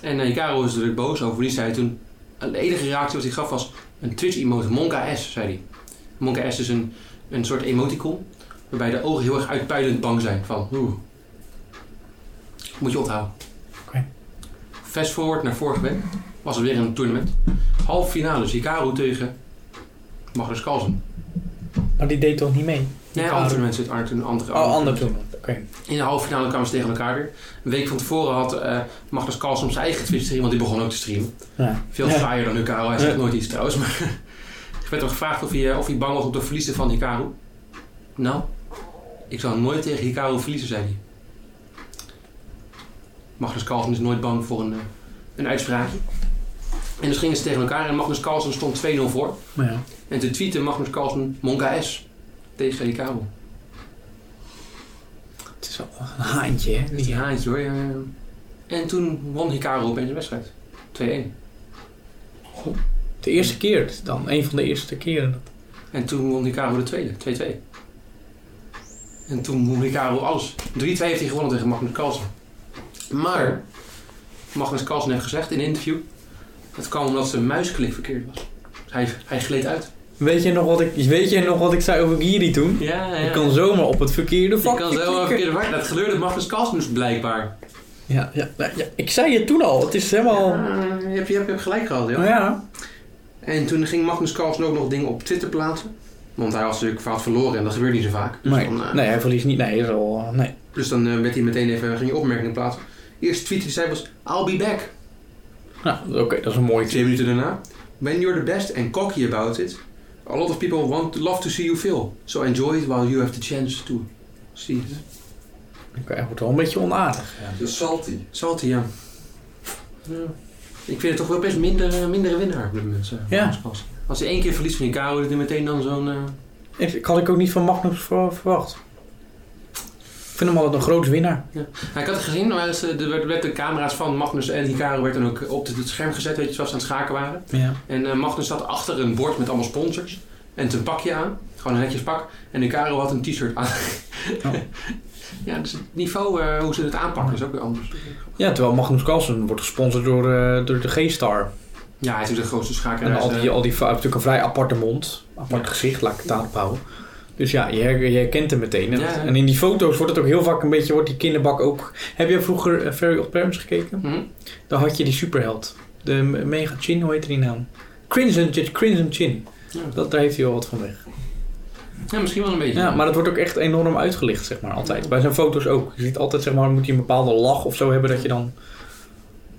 Speaker 2: en eh, Hikaru is natuurlijk boos over. Die zei toen, de enige reactie wat hij gaf was een Twitch-emote, Monka S, zei hij. Monka S is een, een soort emoticon, waarbij de ogen heel erg uitpuilend bang zijn van, oeh. Moet je onthouden.
Speaker 4: Oké.
Speaker 2: Fast forward naar vorige week, was er weer een toernooi. Half finale, Hikaru tegen Magnus Carlsen.
Speaker 4: Maar die deed toch niet mee?
Speaker 2: Nee,
Speaker 4: Hikaru.
Speaker 2: andere mensen uit Arnhem, andere,
Speaker 4: Oh, ander
Speaker 2: mensen.
Speaker 4: toen. Oké.
Speaker 2: In de halve finale kwamen ze tegen elkaar weer. Een week van tevoren had eh, Magnus Carlsen zijn eigen Twitch stream, want die begon ook te streamen.
Speaker 4: Ja.
Speaker 2: Veel
Speaker 4: Ja.
Speaker 2: fraaier dan Hikaru, hij zegt
Speaker 4: Ja.
Speaker 2: nooit iets trouwens. Maar ik werd hem gevraagd of hij, eh, of hij bang was om te verliezen van Hikaru. Nou, ik zou nooit tegen Hikaru verliezen, zei hij. Magnus Carlsen is nooit bang voor een, eh, een uitspraakje. En dus gingen ze tegen elkaar en Magnus Carlsen stond 2-0 voor.
Speaker 4: Maar ja.
Speaker 2: En toen tweette Magnus Carlsen Monka S tegen die kabel.
Speaker 4: Het is wel een haantje, hè.
Speaker 2: Die
Speaker 4: Die
Speaker 2: haantje hoor. ja, ja, ja. En toen won Hikaru opeens de wedstrijd. 2-1.
Speaker 4: De eerste keer dan. Een van de eerste keren.
Speaker 2: En toen won Hikaru de tweede. 2-2. En toen won Hikaru alles. 3-2 heeft hij gewonnen tegen Magnus Carlsen. Maar Magnus Carlsen heeft gezegd in een interview... dat kwam omdat zijn muisklik verkeerd was. Hij, hij gleed uit.
Speaker 4: Weet je, nog wat ik, weet je nog wat ik zei over Giri toen?
Speaker 2: Ja, ja.
Speaker 4: Je kan zomaar op het verkeerde
Speaker 2: je
Speaker 4: vakje
Speaker 2: kan zo een
Speaker 4: klikken.
Speaker 2: keer de war- Dat geleurde Magnus Carlsen dus blijkbaar.
Speaker 4: Ja, ja, ja, ja, ik zei het toen al. Het is helemaal...
Speaker 2: Ja, je, hebt, je hebt- je hebt gelijk gehad, joh.
Speaker 4: Nou ja.
Speaker 2: En toen ging Magnus Carlsen ook nog dingen op Twitter plaatsen. Want hij was natuurlijk vaak verloren en dat gebeurt niet zo vaak. Dus
Speaker 4: Nee,
Speaker 2: dan, eh,
Speaker 4: nee, hij verliest niet. Nee, is al... eh, Nee.
Speaker 2: Dus dan eh, werd hij meteen even, ging hij opmerkingen plaatsen. Eerste tweet die zei was, I'll be back.
Speaker 4: Nou, oké, dat is een mooie
Speaker 2: Twee minuten daarna, when you're the best and cocky about it, a lot of people want love to see you fail. So enjoy it while you have the chance to. See it.
Speaker 4: Oké, hij wordt wel een beetje onaardig.
Speaker 1: De salty.
Speaker 2: Salty, ja. Ja. Ik vind het toch wel best minder, eh, mindere winnaar op dit moment. eh,
Speaker 4: Ja.
Speaker 2: Magnus Carlsen. Als hij één keer verliest van Hikaru, dat hij meteen dan zo'n... eh,
Speaker 4: Ik, ik had ik ook niet van Magnus ver- verwacht. vind hem altijd een groot winnaar.
Speaker 2: Nou, ik had het gezien, maar ze- er werd- werd de camera's van Magnus en Hikaru werd dan ook op het scherm gezet, weet je, zoals ze aan het schaken waren.
Speaker 4: Ja.
Speaker 2: En eh, Magnus zat achter een bord met allemaal sponsors. En een pakje aan. Gewoon een netjes pak. En Hikaru had een t-shirt aan.
Speaker 4: Oh.
Speaker 2: ja, dus het niveau, eh, hoe ze het aanpakken, is ook weer anders.
Speaker 4: ja, terwijl Magnus Carlsen wordt gesponsord door, eh, door de G-Star.
Speaker 2: Ja, hij is natuurlijk de grootste schaker.
Speaker 4: En
Speaker 2: Hij is,
Speaker 4: al die,
Speaker 2: eh,
Speaker 4: al die, hij heeft natuurlijk een vrij aparte mond, apart gezicht, laat ik het daarop houden. Dus ja, je, her- je herkent hem meteen. En,
Speaker 2: Ja, ja.
Speaker 4: en in die foto's wordt het ook heel vaak een beetje, wordt die kinderbak ook... Heb je vroeger eh, Fairy Odd Parents gekeken?
Speaker 2: Mhm.
Speaker 4: Dan had je die superheld. De M- Mega Chin, hoe heette die naam? Crimson, Ch- Crimson Chin.
Speaker 2: Ja.
Speaker 4: Dat, daar heeft hij wel wat van weg.
Speaker 2: ja, misschien wel een beetje.
Speaker 4: Ja, maar dat wordt ook echt enorm uitgelicht, zeg maar, altijd. Bij zijn foto's ook. Je ziet altijd, zeg maar, moet hij een bepaalde lach of zo hebben dat je dan...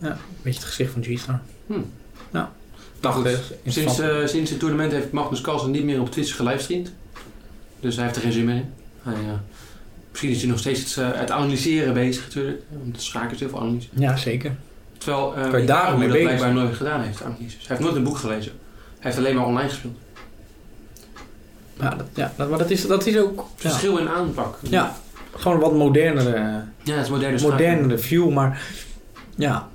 Speaker 4: Ja, een beetje het gezicht van G-Star.
Speaker 2: Hm.
Speaker 4: Ja.
Speaker 2: Nou goed,
Speaker 4: Dat is interessant.
Speaker 2: Sinds, eh, sinds het toernooi heeft Magnus Carlsen niet meer op Twitch gelivestreamd. Dus hij heeft er geen zin meer in. Hij, eh, misschien is hij nog steeds het, eh, het analyseren bezig natuurlijk. Om te schaken is heel veel analyse.
Speaker 4: Ja, zeker.
Speaker 2: Terwijl eh
Speaker 4: Kan je daar
Speaker 2: Hikaru
Speaker 4: mee
Speaker 2: dat
Speaker 4: bezig
Speaker 2: blijkbaar nooit gedaan heeft, analyses. Hij heeft nooit een boek gelezen. Hij heeft alleen maar online gespeeld.
Speaker 4: Ja, dat, ja dat- maar dat is, dat is ook... ja.
Speaker 2: Verschil in aanpak.
Speaker 4: Ja, gewoon wat modernere,
Speaker 2: ja dus het is moderne schaken.
Speaker 4: modernere view, maar ja,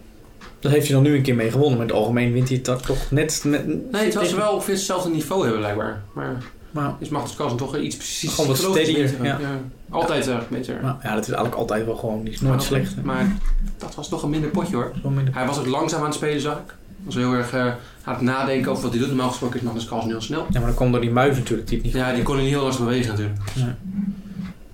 Speaker 4: dat heeft hij dan nu een keer mee gewonnen. Maar in het algemeen wint hij dat toch net... net
Speaker 2: Nee, terwijl ze wel ongeveer hetzelfde niveau hebben blijkbaar. Maar
Speaker 4: Maar,
Speaker 2: is Magnus Carlsen toch iets precies...
Speaker 4: Gewoon wat
Speaker 2: psychologisch
Speaker 4: steadier,
Speaker 2: beter.
Speaker 4: ja.
Speaker 2: Altijd eh, beter.
Speaker 4: maar ja, dat is eigenlijk altijd wel gewoon, die is nooit slecht. hè.
Speaker 2: Maar dat was toch een minder potje hoor.
Speaker 4: Zo minder-
Speaker 2: Hij was ook langzaam aan het spelen, zag ik. Was heel erg eh, aan het nadenken over wat hij doet. Normaal gesproken is Magnus Carlsen heel snel.
Speaker 4: Ja, maar dan komt door die muis natuurlijk, die het niet...
Speaker 2: Ja, die kon hij niet heel langzaam bewegen natuurlijk.
Speaker 4: Ja.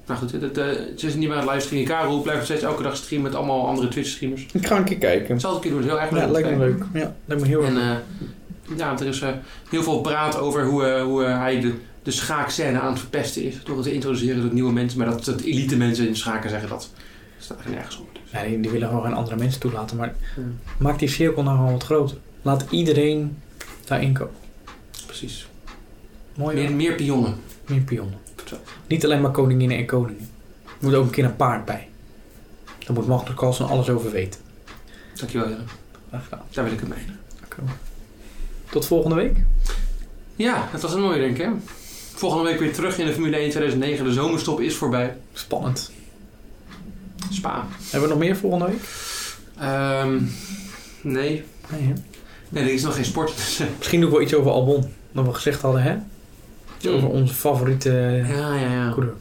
Speaker 2: Nou goed, het, eh, het is niet meer aan het livestreamen. Karel blijft nog steeds elke dag streamen met allemaal andere Twitch-streamers.
Speaker 4: Ik ga een keer kijken.
Speaker 2: Dat zal ik een keer doen, dat is heel erg leuk.
Speaker 4: Ja,
Speaker 2: om te
Speaker 4: lijkt me
Speaker 2: kijken.
Speaker 4: leuk. Ja, lijkt me heel erg
Speaker 2: En eh, ja, want er is eh, heel veel praat over hoe, eh, hoe eh, hij de, de schaakscène aan het verpesten is. Door het te introduceren tot nieuwe mensen. Maar dat, dat elite mensen in schaken zeggen dat. Dat staat er nergens op.
Speaker 4: Ja, die, die willen gewoon geen andere mensen toelaten, maar
Speaker 2: Ja.
Speaker 4: maak die cirkel nou gewoon wat groter. Laat iedereen daarin komen.
Speaker 2: Precies.
Speaker 4: Mooi hoor.
Speaker 2: Meer, meer pionnen.
Speaker 4: Meer pionnen.
Speaker 2: Zo.
Speaker 4: Niet alleen maar koninginnen en koningen. Er moet ook een keer een paard bij. Daar moet Magnus Carlsen alles over weten.
Speaker 2: Dankjewel, Jelle.
Speaker 4: Graag gedaan.
Speaker 2: Daar wil ik het mee.
Speaker 4: Tot volgende week.
Speaker 2: Ja, dat was een mooie, denk ik. Hè? Volgende week weer terug in de Formule 1 2009. De zomerstop is voorbij.
Speaker 4: Spannend.
Speaker 2: Spa.
Speaker 4: Hebben we nog meer volgende week?
Speaker 2: Ehm, nee.
Speaker 4: Nee, hè?
Speaker 2: nee, er is nog geen sport. Dus, eh,
Speaker 4: Misschien doe ik wel iets over Albon. Dat we gezegd hadden, hè? Iets
Speaker 2: Mm.
Speaker 4: over onze favoriete
Speaker 2: ja, ja, ja.
Speaker 4: coureur.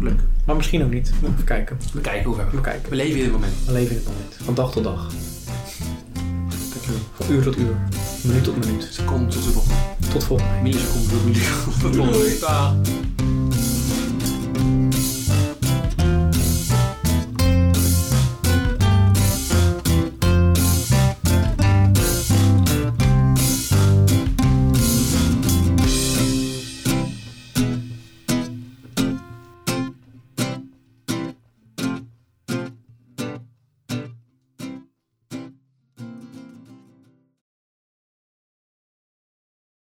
Speaker 2: Leuk.
Speaker 4: Maar misschien ook niet. Even kijken.
Speaker 2: We kijken hoe ver.
Speaker 4: Even kijken.
Speaker 2: We leven in het moment.
Speaker 4: We leven in het moment. Van dag tot dag. Van uur tot uur. Minuut tot minuut.
Speaker 2: Seconde tot seconde.
Speaker 4: Tot volgende week.
Speaker 2: Milliseconde tot milliseconde. Tot volgende week. Dag.